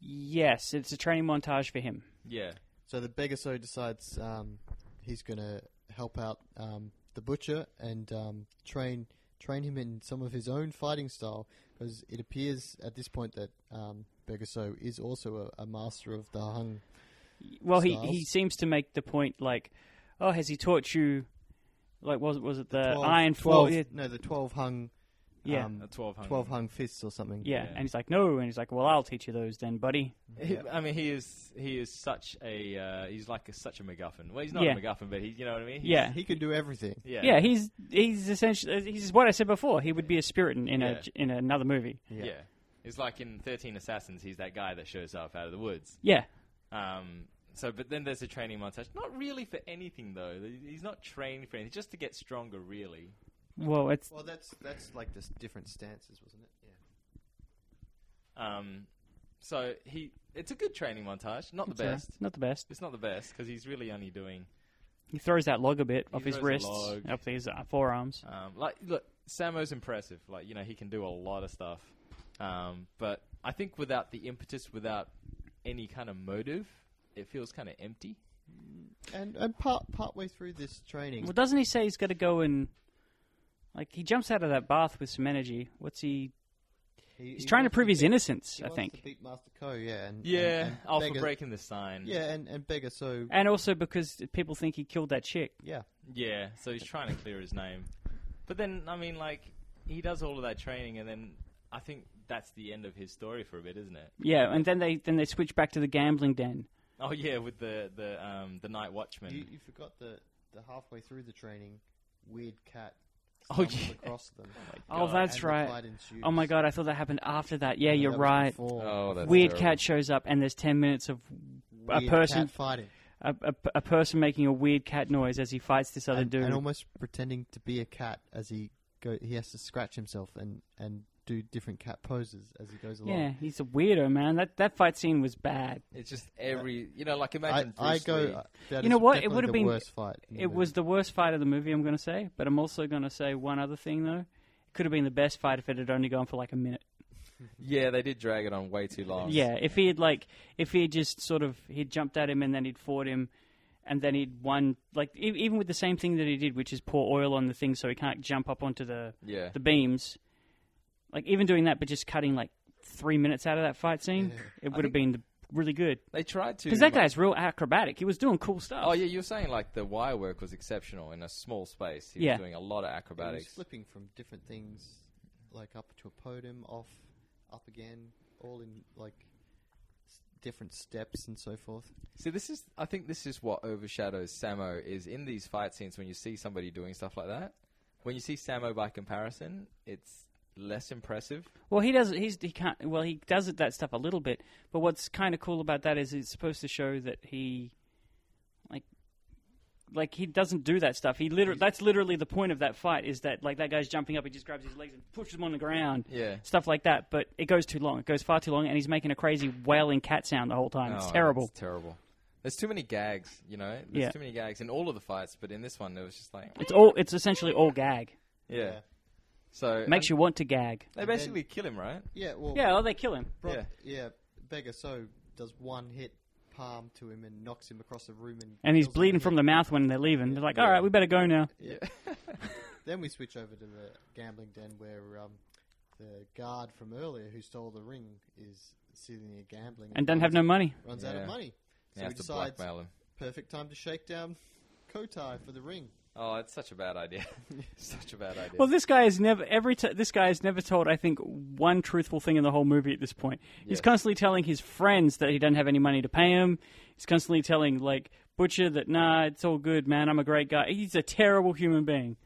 Speaker 4: yes, it's a training montage for him.
Speaker 3: Yeah.
Speaker 5: So the Begaso decides um, he's going to help out um, the butcher and um, train train him in some of his own fighting style because it appears at this point that um, Begaso is also a, a master of the hung.
Speaker 4: Well, he,
Speaker 5: Styles.
Speaker 4: he seems to make the point like, oh, has he taught you? Like, was was it the
Speaker 5: 12
Speaker 4: iron
Speaker 5: 12
Speaker 4: twelve? Yeah,
Speaker 5: No, the twelve hung.
Speaker 4: yeah.
Speaker 5: um,
Speaker 3: A 12 hung.
Speaker 5: twelve hung fists or something.
Speaker 4: yeah. and he's like, no, and he's like, well, I'll teach you those then, buddy.
Speaker 3: He, I mean, he is he is such a uh, he's like a, such a MacGuffin. Well, he's not
Speaker 4: Yeah.
Speaker 3: a MacGuffin, but he you know what I mean. He's-
Speaker 4: Yeah,
Speaker 5: he can do everything.
Speaker 3: yeah,
Speaker 4: yeah. He's he's essentially he's what I said before. He would be a spirit in, in
Speaker 3: Yeah.
Speaker 4: a in another movie.
Speaker 3: yeah. It's like in Thirteen Assassins, he's that guy that shows up out of the woods.
Speaker 4: Yeah,
Speaker 3: Um, so, but then there's a training montage. Not really for anything though. He's not trained for anything. Just to get stronger, really.
Speaker 4: well, it's
Speaker 5: Well, that's that's like the different stances, wasn't it? Yeah.
Speaker 3: Um, so he it's a good training montage. Not the
Speaker 4: it's, uh,
Speaker 3: best.
Speaker 4: not the best.
Speaker 3: It's not the best because he's really only doing
Speaker 4: He throws that log a bit
Speaker 3: He
Speaker 4: off his
Speaker 3: throws the
Speaker 4: wrists,
Speaker 3: log.
Speaker 4: off his uh, forearms.
Speaker 3: Um, like, look, Samo's impressive. Like, you know, he can do a lot of stuff. Um, but I think without the impetus, without any kind of motive, it feels kind of empty.
Speaker 5: And and part partway through this training,
Speaker 4: Well, doesn't he say he's got to go and like he jumps out of that bath with some energy? What's he?
Speaker 5: he-
Speaker 4: He's
Speaker 5: he
Speaker 4: trying to
Speaker 5: wants
Speaker 4: prove his
Speaker 5: beat-
Speaker 4: innocence,
Speaker 5: he
Speaker 4: I
Speaker 5: wants
Speaker 4: think,
Speaker 5: to beat Master Co. Yeah, and
Speaker 3: Yeah,
Speaker 5: and, and
Speaker 3: oh, for
Speaker 5: Beggar-
Speaker 3: breaking the sign.
Speaker 5: Yeah, and and beggar. So
Speaker 4: and also because people think he killed that chick.
Speaker 5: yeah,
Speaker 3: Yeah, so he's trying to clear his name. But then, I mean, like, he does all of that training, and then I think that's the end of his story for a bit, isn't it?
Speaker 4: Yeah, and then they then they switch back to the gambling den.
Speaker 3: Oh, yeah, with the, the, um, the Night Watchman.
Speaker 5: you, you forgot the the halfway through the training, weird cat.
Speaker 3: Oh,
Speaker 5: stumbles
Speaker 3: yeah.
Speaker 5: across them.
Speaker 4: Oh,
Speaker 3: God.
Speaker 4: that's
Speaker 5: and the
Speaker 4: right.
Speaker 5: fight ensues.
Speaker 4: Oh my god, I thought that happened after that. Yeah,
Speaker 5: No,
Speaker 4: you're
Speaker 5: that was
Speaker 4: right.
Speaker 5: before.
Speaker 3: that's
Speaker 4: Weird cat shows up, and there's ten minutes of a
Speaker 5: Weird
Speaker 4: person
Speaker 5: cat fighting
Speaker 4: a, a, a person making a weird cat noise as he fights this other
Speaker 5: and,
Speaker 4: dude.
Speaker 5: and almost pretending to be a cat as he go. He has to scratch himself and and do different cat poses as he goes along.
Speaker 4: yeah, he's a weirdo, man. That that fight scene was bad.
Speaker 3: It's just every, you know, like,
Speaker 5: I,
Speaker 3: imagine
Speaker 5: I
Speaker 3: Bruce
Speaker 5: go.
Speaker 3: Lee.
Speaker 5: uh, that
Speaker 4: You
Speaker 5: is
Speaker 4: know what? It
Speaker 5: definitely
Speaker 4: would've
Speaker 5: the
Speaker 4: been-
Speaker 5: worst fight. in the
Speaker 4: It
Speaker 5: movie.
Speaker 4: was the worst fight of the movie, I'm going to say, but I'm also going to say one other thing, though. It could have been the best fight if it had only gone for like a minute.
Speaker 3: Yeah, they did drag it on way too long.
Speaker 4: Yeah, if he had, like, if he had just sort of, he'd jumped at him and then he'd fought him and then he'd won, like, e- even with the same thing that he did, which is pour oil on the thing so he can't jump up onto the,
Speaker 3: Yeah.
Speaker 4: the beams. Like, even doing that, but just cutting, like, three minutes out of that fight scene, it would have been the, really good.
Speaker 3: They tried to.
Speaker 4: Because that guy's real acrobatic. He was doing cool stuff.
Speaker 3: Oh yeah, you were saying like the wire work was exceptional in a small space. He
Speaker 4: Yeah.
Speaker 3: was doing a lot of
Speaker 5: He was
Speaker 3: acrobatics.
Speaker 5: flipping from different things, like up to a podium, off, up again, all in like s- different steps and so forth.
Speaker 3: See, this is I think this is what overshadows Samo is in these fight scenes when you see somebody doing stuff like that. When you see Samo by comparison, it's less impressive.
Speaker 4: Well, he does. He's he can't. Well, he does that stuff a little bit. But what's kind of cool about that is it's supposed to show that he, like, like he doesn't do that stuff. He literally. That's literally the point of that fight. Is that like that guy's jumping up? He just grabs his legs and pushes them on the ground.
Speaker 3: Yeah.
Speaker 4: Stuff like that. But it goes too long. It goes far too long, and he's making a crazy wailing cat sound the whole time.
Speaker 3: Oh,
Speaker 4: it's terrible.
Speaker 3: It's terrible. There's too many gags, you know. There's
Speaker 4: Yeah.
Speaker 3: too many gags in all of the fights, but in this one, it was just like,
Speaker 4: It's all. It's essentially all gag.
Speaker 3: yeah. So um,
Speaker 4: Makes you want to gag.
Speaker 3: They basically kill him, right?
Speaker 5: Yeah, well,
Speaker 4: Yeah. Well, they kill him.
Speaker 5: Bro-
Speaker 3: Yeah.
Speaker 5: yeah, Beggar so does one hit palm to him and knocks him across the room, and
Speaker 4: And he's
Speaker 5: kills him
Speaker 4: bleeding
Speaker 5: with
Speaker 4: from
Speaker 5: it.
Speaker 4: the mouth when they're leaving. They're like, "All right, we better go now."
Speaker 5: Then we switch over to the gambling den where um, the guard from earlier who stole the ring is sitting there gambling
Speaker 4: And don't have no money.
Speaker 5: runs out
Speaker 3: Yeah.
Speaker 5: of money. So
Speaker 3: yeah,
Speaker 5: he
Speaker 3: to
Speaker 5: decides
Speaker 3: blackmail him.
Speaker 5: perfect time to shake down Kotai for the ring.
Speaker 3: Oh, it's such a bad idea. such a bad idea.
Speaker 4: Well, this guy is never every t- this guy has never told I think one truthful thing in the whole movie at this point. He's
Speaker 3: Yeah.
Speaker 4: constantly telling his friends that he doesn't have any money to pay him. He's constantly telling like Butcher that nah, it's all good, man. I'm a great guy. He's a terrible human being.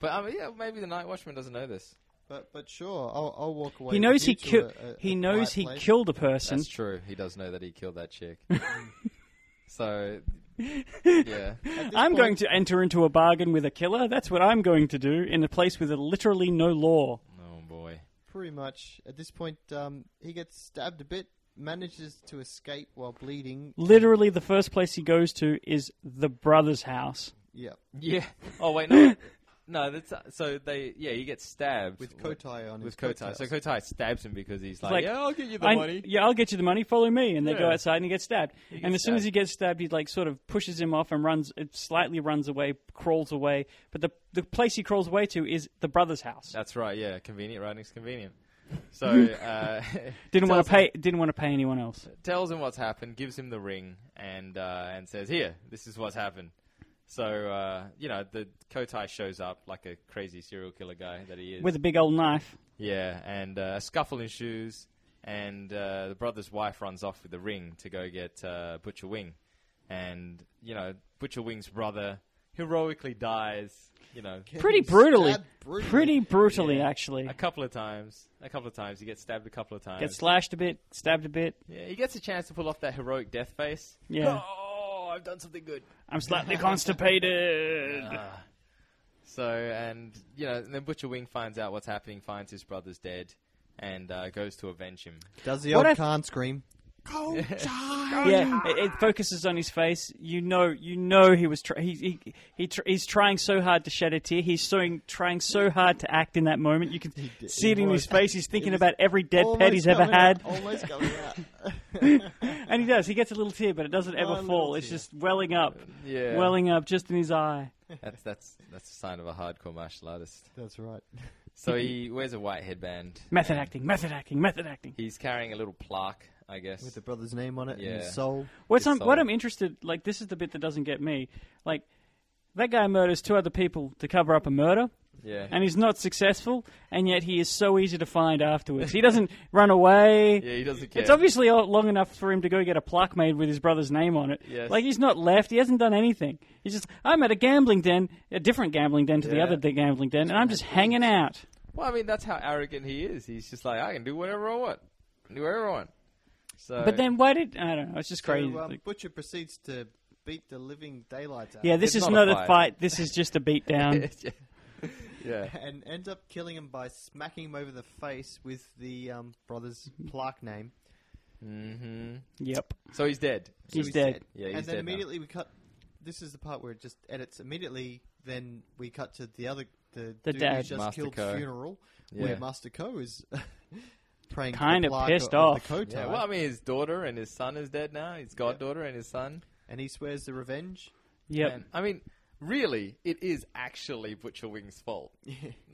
Speaker 3: But I mean, yeah, maybe the Night Watchman doesn't know this.
Speaker 5: But but sure, I'll, I'll walk away.
Speaker 4: he
Speaker 5: with
Speaker 4: knows
Speaker 5: you
Speaker 4: he
Speaker 5: to
Speaker 4: ki-
Speaker 5: a- a-
Speaker 4: he
Speaker 5: a
Speaker 4: knows
Speaker 5: quiet
Speaker 4: he
Speaker 5: place.
Speaker 4: killed a person.
Speaker 3: That's true. He does know that he killed that chick. So, yeah.
Speaker 4: I'm going to enter into a bargain with a killer. That's what I'm going to do in a place with literally no law.
Speaker 3: Oh boy.
Speaker 5: Pretty much. At this point, um, he gets stabbed a bit, manages to escape while bleeding.
Speaker 4: Literally, the first place he goes to is the brother's house.
Speaker 5: Yeah,
Speaker 3: Yeah. Oh wait, no, no. That's uh, so they. Yeah, he gets stabbed
Speaker 5: with Kotai on his
Speaker 3: With Kotai. So
Speaker 5: coattails.
Speaker 3: Kotai stabs him because he's like,
Speaker 4: like,
Speaker 3: "Yeah, I'll give you the
Speaker 4: I-
Speaker 3: money."
Speaker 4: Yeah, I'll get you the money. Follow me. And they go
Speaker 3: Yeah.
Speaker 4: outside and he gets stabbed. and
Speaker 3: gets
Speaker 4: as soon as
Speaker 3: stabbed.
Speaker 4: he gets stabbed, he like sort of pushes him off and runs, it slightly runs away, crawls away. But the the place he crawls away to is the brother's house.
Speaker 3: That's right. Yeah, convenient. Writing's convenient. So uh,
Speaker 4: Didn't want
Speaker 3: tells
Speaker 4: to pay. Didn't want to pay anyone else.
Speaker 3: tells him what's happened, gives him the ring, and uh, and says, "Here, this is what's happened." So uh, you know, the Kotai shows up like a crazy serial killer guy that he is.
Speaker 4: With a big old knife.
Speaker 3: yeah, and uh, a scuffle ensues, and uh, the brother's wife runs off with the ring to go get uh, Butcher Wing, and you know, Butcher Wing's brother heroically dies. You know,
Speaker 4: Pretty
Speaker 5: Stabbed
Speaker 4: brutally.
Speaker 5: brutally.
Speaker 4: Pretty brutally,
Speaker 3: Yeah.
Speaker 4: actually.
Speaker 3: a couple of times, a couple of times, he gets stabbed a couple of times.
Speaker 4: Gets slashed a bit, stabbed a bit.
Speaker 3: yeah, he gets a chance to pull off that heroic death face.
Speaker 4: Yeah.
Speaker 3: Oh, I've done something good.
Speaker 4: I'm slightly constipated.
Speaker 3: So, and you know, and then Butcher Wing finds out what's happening, finds his brother's dead, and uh, goes to avenge him.
Speaker 5: Does the
Speaker 4: What
Speaker 5: old
Speaker 4: if-
Speaker 5: Khan scream?
Speaker 4: yeah,
Speaker 5: Oh,
Speaker 4: it, it focuses on his face. You know, you know he was tr- he he, he tr- he's trying so hard to shed a tear. He's trying trying so hard to act in that moment. You can
Speaker 5: did.
Speaker 4: see it in his
Speaker 5: Almost-
Speaker 4: face. He's thinking
Speaker 5: it was
Speaker 4: about every dead pet
Speaker 5: Almost
Speaker 4: he's ever
Speaker 5: coming Oh. out,
Speaker 4: had,
Speaker 5: Almost coming out.
Speaker 4: and he does. He gets a little tear, but it doesn't ever
Speaker 5: One
Speaker 4: fall.
Speaker 5: little
Speaker 4: It's
Speaker 5: tear.
Speaker 4: just welling up,
Speaker 3: Yeah,
Speaker 4: welling up just in his eye.
Speaker 3: that's that's that's a sign of a hardcore martial artist.
Speaker 5: That's right.
Speaker 3: So he wears a white headband.
Speaker 4: Method acting, method acting, method acting.
Speaker 3: He's carrying a little plaque, I guess.
Speaker 5: With the brother's name on it and
Speaker 3: Yeah.
Speaker 5: his soul.
Speaker 4: What's I'm,
Speaker 3: It's
Speaker 4: what
Speaker 3: solid.
Speaker 4: I'm interested, like this is the bit that doesn't get me. Like that guy murders two other people to cover up a murder.
Speaker 3: yeah,
Speaker 4: and he's not successful, and yet he is so easy to find afterwards. He doesn't run away.
Speaker 3: yeah, he doesn't care.
Speaker 4: It's obviously all- long enough for him to go get a plaque made with his brother's name on it.
Speaker 3: Yes.
Speaker 4: Like he's not left. He hasn't done anything. He's just I'm at a gambling den, a different gambling den to the
Speaker 3: Yeah.
Speaker 4: other d- gambling den, and I'm just hanging out.
Speaker 3: Well, I mean, that's how arrogant he is. He's just like, I can do whatever I want, I can do whatever I want. So,
Speaker 4: But then why did I don't know? It's just crazy.
Speaker 5: So, um,
Speaker 4: Like,
Speaker 5: Butcher proceeds to beat the living daylights out
Speaker 4: yeah,
Speaker 5: of
Speaker 4: this
Speaker 3: it's
Speaker 4: is
Speaker 3: not
Speaker 4: not
Speaker 3: a
Speaker 4: a
Speaker 3: fight.
Speaker 4: fight. This is just a beatdown.
Speaker 3: yeah,
Speaker 5: him and ends up killing him by smacking him over the face with the um, brother's plaque name.
Speaker 3: hmm
Speaker 4: yep,
Speaker 3: so he's dead.
Speaker 4: he's, dead.
Speaker 3: Yeah, he's
Speaker 5: and then
Speaker 3: dead now.
Speaker 5: immediately we cut. This is the part where it just edits. Immediately, then we cut to the other the,
Speaker 4: The
Speaker 5: dude
Speaker 4: dad.
Speaker 5: who just
Speaker 3: Master
Speaker 5: killed
Speaker 3: Ko.
Speaker 5: funeral,
Speaker 3: Yeah.
Speaker 5: where Master Co is praying. to the
Speaker 4: Kinda
Speaker 5: plaque
Speaker 4: pissed
Speaker 5: of the
Speaker 4: off.
Speaker 5: Kotai,
Speaker 3: Yeah, well, I mean, his daughter and his son is dead now. His goddaughter and his son.
Speaker 5: and he swears the revenge.
Speaker 4: Yep.
Speaker 3: And, I mean, really, it is actually Butcher Wing's fault.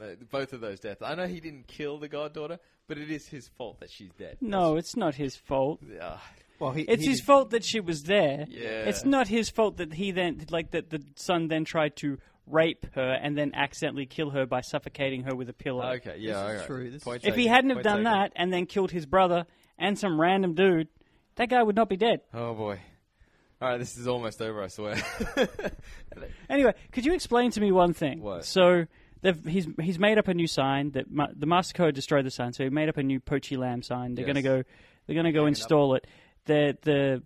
Speaker 3: Uh, Both of those deaths. I know he didn't kill the goddaughter, but it is his fault that she's dead.
Speaker 4: No, it's not his fault.
Speaker 3: Ah,
Speaker 5: Well, he,
Speaker 4: It's
Speaker 5: he
Speaker 4: his
Speaker 5: did-
Speaker 4: fault that she was there.
Speaker 3: Yeah.
Speaker 4: It's not his fault that he then like that the son then tried to rape her and then accidentally kill her by suffocating her with a pillow.
Speaker 3: okay, yeah,
Speaker 5: This is
Speaker 3: alright.
Speaker 5: true, this is
Speaker 3: Point
Speaker 4: If he
Speaker 3: taken,
Speaker 4: hadn't have
Speaker 3: point
Speaker 4: done
Speaker 3: taken.
Speaker 4: that and then killed his brother and some random dude, that guy would not be dead.
Speaker 3: oh boy. All right, this is almost over. I swear.
Speaker 4: Anyway, could you explain to me one thing?
Speaker 3: What?
Speaker 4: So they've, he's he's made up a new sign that ma- the Master Code destroyed the sign, so he made up a new Pochi Lamb sign. They're
Speaker 3: Yes.
Speaker 4: gonna go, they're gonna go install it. The the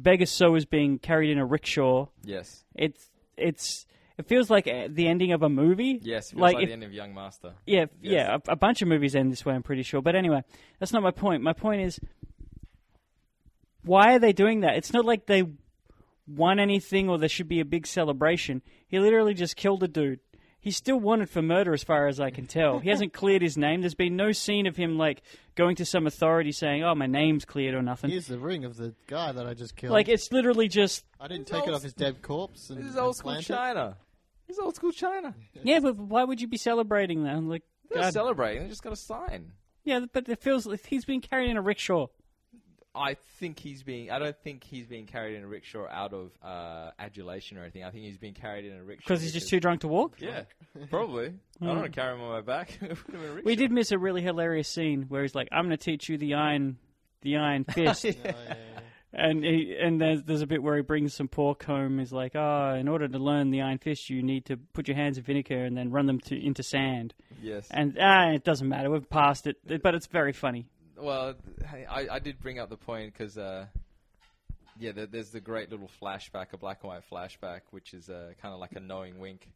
Speaker 4: Begaso is being carried in a rickshaw.
Speaker 3: yes,
Speaker 4: It's it's it feels like uh, the ending of a movie.
Speaker 3: yes. Feels like,
Speaker 4: like,
Speaker 3: the
Speaker 4: if-
Speaker 3: end of Young Master.
Speaker 4: yeah, f-
Speaker 3: Yes.
Speaker 4: yeah. A, a bunch of movies end this way. I'm pretty sure. But anyway, that's not my point. My point is, why are they doing that? It's not like they won anything or there should be a big celebration. He literally just killed a dude. He's still wanted for murder, as far as I can tell. He hasn't cleared his name. There's been no scene of him like going to some authority saying, "Oh, my name's cleared" or nothing.
Speaker 5: Here's the ring of the guy that I just killed.
Speaker 4: like it's literally just
Speaker 5: I didn't
Speaker 3: This
Speaker 5: take
Speaker 3: old-
Speaker 5: it off his dead corpse. And,
Speaker 3: This is
Speaker 5: and
Speaker 3: old school
Speaker 5: plant it.
Speaker 3: China. This is old school China.
Speaker 4: yeah. But why would you be celebrating that? I'm like,
Speaker 3: They're
Speaker 4: God.
Speaker 3: celebrating. They just got a sign.
Speaker 4: Yeah, but it feels like he's been carried in a rickshaw.
Speaker 3: I think he's being. I don't think he's being carried in a rickshaw out of uh, adulation or anything. I think he's being carried in a rickshaw
Speaker 4: because he's just too drunk to walk.
Speaker 3: Yeah, probably. I don't want to carry him on my back. Put him in a
Speaker 4: We
Speaker 3: rickshaw.
Speaker 4: did miss a really hilarious scene where he's like, "I'm going to teach you the iron, the iron fist," and he, and there's, there's a bit where he brings some pork home. He's like, "Oh, in order to learn the iron fist, you need to put your hands in vinegar and then run them to, into sand."
Speaker 3: Yes.
Speaker 4: And ah, it doesn't matter. We've passed it, but it's very funny.
Speaker 3: well, I, I did bring up the point because uh, Yeah, there, there's the great little flashback, a black and white flashback, which is uh, kind of like a knowing wink.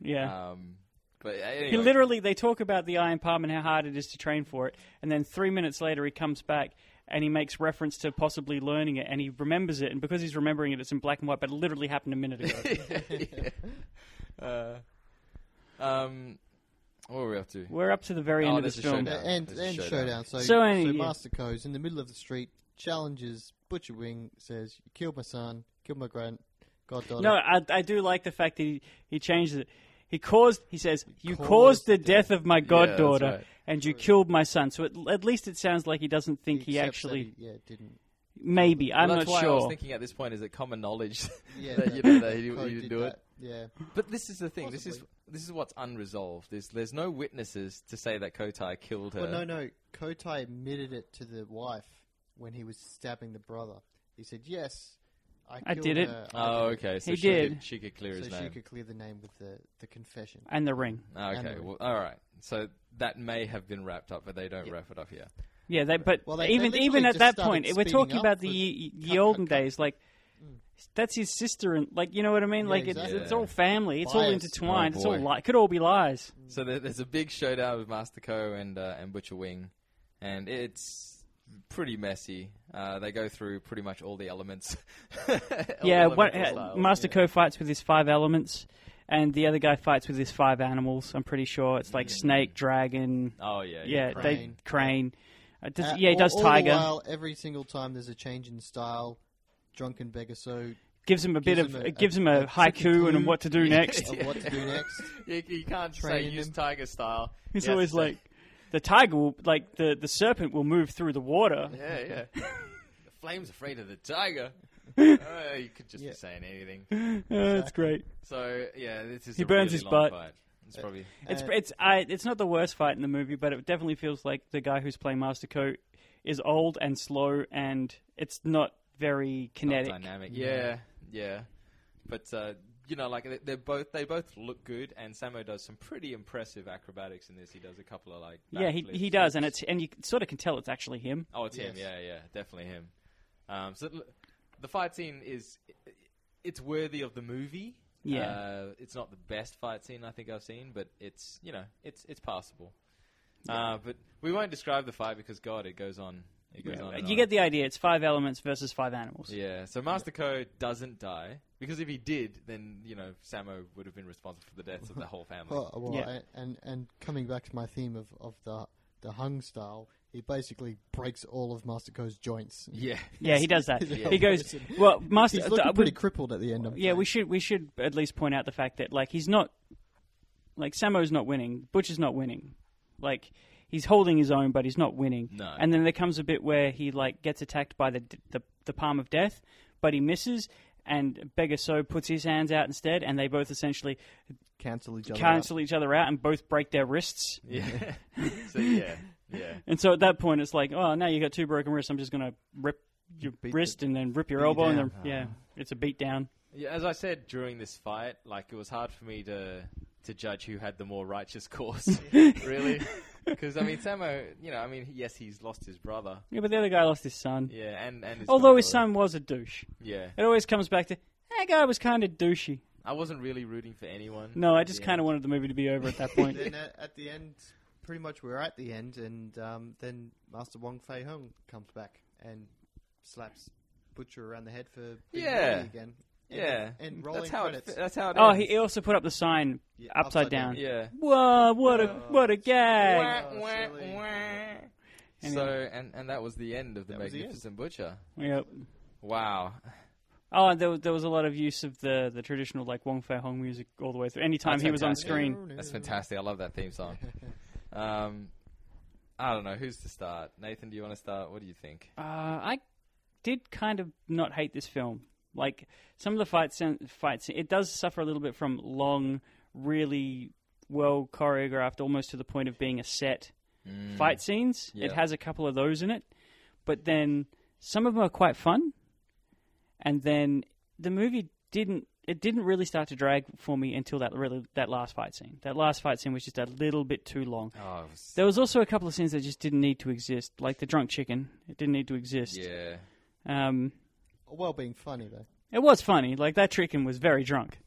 Speaker 4: Yeah.
Speaker 3: Um, but
Speaker 4: He
Speaker 3: anyway,
Speaker 4: literally, they talk about the Iron Palm and how hard it is to train for it, and then three minutes later he comes back and he makes reference to possibly learning it, and he remembers it, and because he's remembering it, it's in black and white, but it literally happened a minute ago.
Speaker 3: uh, um, what were we up to?
Speaker 4: We're up to the very
Speaker 3: Oh,
Speaker 4: end of
Speaker 3: there's
Speaker 4: this
Speaker 3: a
Speaker 4: film.
Speaker 3: showdown.
Speaker 5: and
Speaker 3: There's a
Speaker 5: and
Speaker 3: showdown.
Speaker 5: showdown. So,
Speaker 4: So
Speaker 5: so,
Speaker 4: any- yeah.
Speaker 5: Master Co's in the middle of the street, challenges Butcher Wing, says, "You killed my son, killed my grand, goddaughter."
Speaker 4: No, I, I do like the fact that he, he changed it. He caused, he says, you caused,
Speaker 5: caused
Speaker 4: the death of my
Speaker 3: that's
Speaker 4: goddaughter,
Speaker 3: right.
Speaker 4: and you killed my son. So at, at least it sounds like he doesn't think he,
Speaker 5: accepts that
Speaker 4: actually.
Speaker 5: he- yeah, didn't.
Speaker 4: maybe I'm
Speaker 3: Well, that's
Speaker 4: not
Speaker 3: why I was
Speaker 4: sure.
Speaker 3: thinking at this point is it common knowledge
Speaker 5: Yeah,
Speaker 3: that you know that he, he didn't do it.
Speaker 5: Yeah,
Speaker 3: But this is the thing. This is
Speaker 5: Possibly.
Speaker 3: this is what's unresolved. There's there's no witnesses to say that Kotai killed her.
Speaker 5: well, no, no. Kotai admitted it to the wife when he was stabbing the brother. He said, "Yes, I,
Speaker 4: I
Speaker 5: killed
Speaker 4: did it."
Speaker 5: her, I
Speaker 3: Oh,
Speaker 5: did it."
Speaker 3: okay. So
Speaker 4: He
Speaker 3: she
Speaker 4: did.
Speaker 3: Could, she could clear his
Speaker 5: So she
Speaker 3: name.
Speaker 5: could clear the name with the the confession.
Speaker 4: and the ring.
Speaker 3: Ah, okay.
Speaker 5: Anne-Marie.
Speaker 3: Well, all right. So that may have been wrapped up, but they don't wrap it up here.
Speaker 4: Yeah, they, but
Speaker 5: Well, they- they
Speaker 4: even
Speaker 5: literally
Speaker 4: even at
Speaker 5: just
Speaker 4: that
Speaker 5: started
Speaker 4: point, we're
Speaker 5: speeding
Speaker 4: talking
Speaker 5: up
Speaker 4: about the
Speaker 5: with
Speaker 4: ye, ye
Speaker 5: cut,
Speaker 4: olden
Speaker 5: cut, cut.
Speaker 4: days. Like that's his sister, and like you know what I mean.
Speaker 5: Yeah,
Speaker 4: like
Speaker 5: exactly.
Speaker 4: it's, it's all family. It's all
Speaker 5: Bias.
Speaker 4: intertwined.
Speaker 3: Oh,
Speaker 4: it's all
Speaker 3: boy.
Speaker 4: li- could all be lies.
Speaker 3: So there, there's a big showdown with Master Co and uh, and Butcher Wing, and it's pretty messy. Uh, they go through pretty much all the elements. All
Speaker 4: yeah,
Speaker 3: the
Speaker 4: what,
Speaker 3: elemental
Speaker 4: uh,
Speaker 3: styles.
Speaker 4: Master Ko fights with his five elements, and the other guy fights with his five animals. I'm pretty sure it's like snake, dragon.
Speaker 3: Oh yeah,
Speaker 4: yeah,
Speaker 3: crap.
Speaker 4: they crane. Uh, does,
Speaker 5: Uh,
Speaker 4: yeah, he
Speaker 5: all-
Speaker 4: does
Speaker 5: all the
Speaker 4: tiger.
Speaker 5: while, every single time there's a change in style, drunken beggar. So
Speaker 4: gives him a bit
Speaker 5: gives
Speaker 4: of
Speaker 5: him a-
Speaker 4: it gives him a,
Speaker 5: a-
Speaker 4: haiku and
Speaker 5: clue.
Speaker 4: what to do next.
Speaker 5: of uh, what to do next.
Speaker 3: you, you can't say
Speaker 5: Training
Speaker 3: use
Speaker 5: him.
Speaker 3: tiger style.
Speaker 4: He's
Speaker 3: You have
Speaker 4: always
Speaker 3: to say-
Speaker 4: like, the tiger will like the the serpent will move through the water.
Speaker 3: yeah, yeah. the flame's afraid of the tiger. Uh, you could just
Speaker 5: Yeah.
Speaker 3: be saying anything.
Speaker 4: Oh, that's great.
Speaker 3: So yeah, this is
Speaker 4: He
Speaker 3: a really
Speaker 4: burns his
Speaker 3: long
Speaker 4: butt.
Speaker 3: Fight. It's probably
Speaker 4: It's
Speaker 5: Uh,
Speaker 4: it's I, it's not the worst fight in the movie, but it definitely feels like the guy who's playing Master Co is old and slow, and it's not very
Speaker 3: not
Speaker 4: kinetic.
Speaker 3: dynamic. Yeah, yeah. But uh, you know, like they- they're both they both look good, and Samo does some pretty impressive acrobatics in this. He does a couple of like
Speaker 4: yeah, he
Speaker 3: backflips.
Speaker 4: he does, and it's and you sort of can tell it's actually him.
Speaker 3: oh, it's him.
Speaker 5: Yes.
Speaker 3: Yeah, yeah, definitely him. Um, so l- the fight scene is it's worthy of the movie.
Speaker 4: Yeah.
Speaker 3: uh, it's not the best fight scene I think I've seen, but it's you know it's it's passable. Uh, but we won't describe the fight because God, it goes on. It goes on. and
Speaker 4: You
Speaker 3: on.
Speaker 4: get the idea. It's five elements versus five animals.
Speaker 3: Yeah, so Master Co doesn't die because if he did, then you know Samo would have been responsible for the deaths of the whole family.
Speaker 5: Well, well,
Speaker 4: Yeah.
Speaker 5: a- and and coming back to my theme of, of the the hung style, he basically breaks all of Master Ko's joints.
Speaker 3: yeah,
Speaker 4: Yeah, he does that.
Speaker 5: Yeah.
Speaker 4: He goes, well, Master.
Speaker 5: He's looking
Speaker 4: uh,
Speaker 5: pretty
Speaker 4: we-
Speaker 5: crippled at the end. I'm
Speaker 4: yeah, we
Speaker 5: afraid.
Speaker 4: should we should at least point out the fact that like he's not like Samo's not winning, Butcher's not winning. Like he's holding his own, but he's not winning.
Speaker 3: No.
Speaker 4: And then there comes a bit where he like gets attacked by the the, the palm of death, but he misses. And Begaso puts his hands out instead, and they both essentially
Speaker 5: cancel each other. out.
Speaker 4: cancel each other out and both break their wrists.
Speaker 3: yeah. so yeah, yeah,
Speaker 4: And so at that point, it's like, oh, now you got two broken wrists. I'm just going to rip your
Speaker 5: Beat
Speaker 4: wrist and then rip your elbow, and then yeah, it's a beat down.
Speaker 3: yeah. As I said during this fight, like it was hard for me to to judge who had the more righteous course, really, because I mean Samo, you know, I mean yes, he's lost his brother,
Speaker 4: Yeah, but the other guy lost his son.
Speaker 3: yeah, and and his
Speaker 4: Although his
Speaker 3: goddaughter.
Speaker 4: son was a douche.
Speaker 3: yeah,
Speaker 4: It always comes back to that guy was kind of douchey.
Speaker 3: I wasn't really rooting for anyone.
Speaker 4: No, I just
Speaker 3: Yeah.
Speaker 4: kind of wanted the movie to be over at that point.
Speaker 5: Then at, at the end, pretty much we're at the end, and um, then Master Wong Fei Hung comes back and slaps Butcher around the head for being
Speaker 3: Yeah.
Speaker 5: yeah. again. And-
Speaker 3: yeah,
Speaker 5: and rolling
Speaker 3: that's how it,
Speaker 5: credits.
Speaker 3: that's how it
Speaker 4: oh,
Speaker 3: ends.
Speaker 4: he he also put up the sign
Speaker 5: Yeah,
Speaker 4: upside,
Speaker 5: upside
Speaker 4: down.
Speaker 5: down.
Speaker 3: yeah. Oh.
Speaker 4: Whoa! What a what a gag!
Speaker 5: Oh, silly.
Speaker 3: So and and that was the end of the
Speaker 5: That was the
Speaker 3: Magnificent Butcher.
Speaker 4: Yep.
Speaker 3: Wow.
Speaker 4: Oh, and there, was- there was a lot of use of the, the traditional like Wong Fei Hong music all the way through. Anytime
Speaker 3: That's
Speaker 4: he was on
Speaker 3: fantastic.
Speaker 4: screen,
Speaker 3: That's fantastic. I love that theme song. Um I don't know who's to start. Nathan, do you want to start? What do you think?
Speaker 4: Uh, I did kind of not hate this film. Like some of the fights, fights it does suffer a little bit from long, really well choreographed, almost to the point of being a set fight scenes. It
Speaker 3: Yeah.
Speaker 4: has a couple of those in it, but then some of them are quite fun. And then the movie didn't. It didn't really start to drag for me until that really that last fight scene. That last fight scene was just a little bit too long.
Speaker 3: Oh, it was-
Speaker 4: There was also a couple of scenes that just didn't need to exist, like the drunk chicken. It didn't need to exist.
Speaker 3: yeah.
Speaker 4: Um,
Speaker 5: while Oh, being funny though.
Speaker 4: It was funny. Like that Treakin was very drunk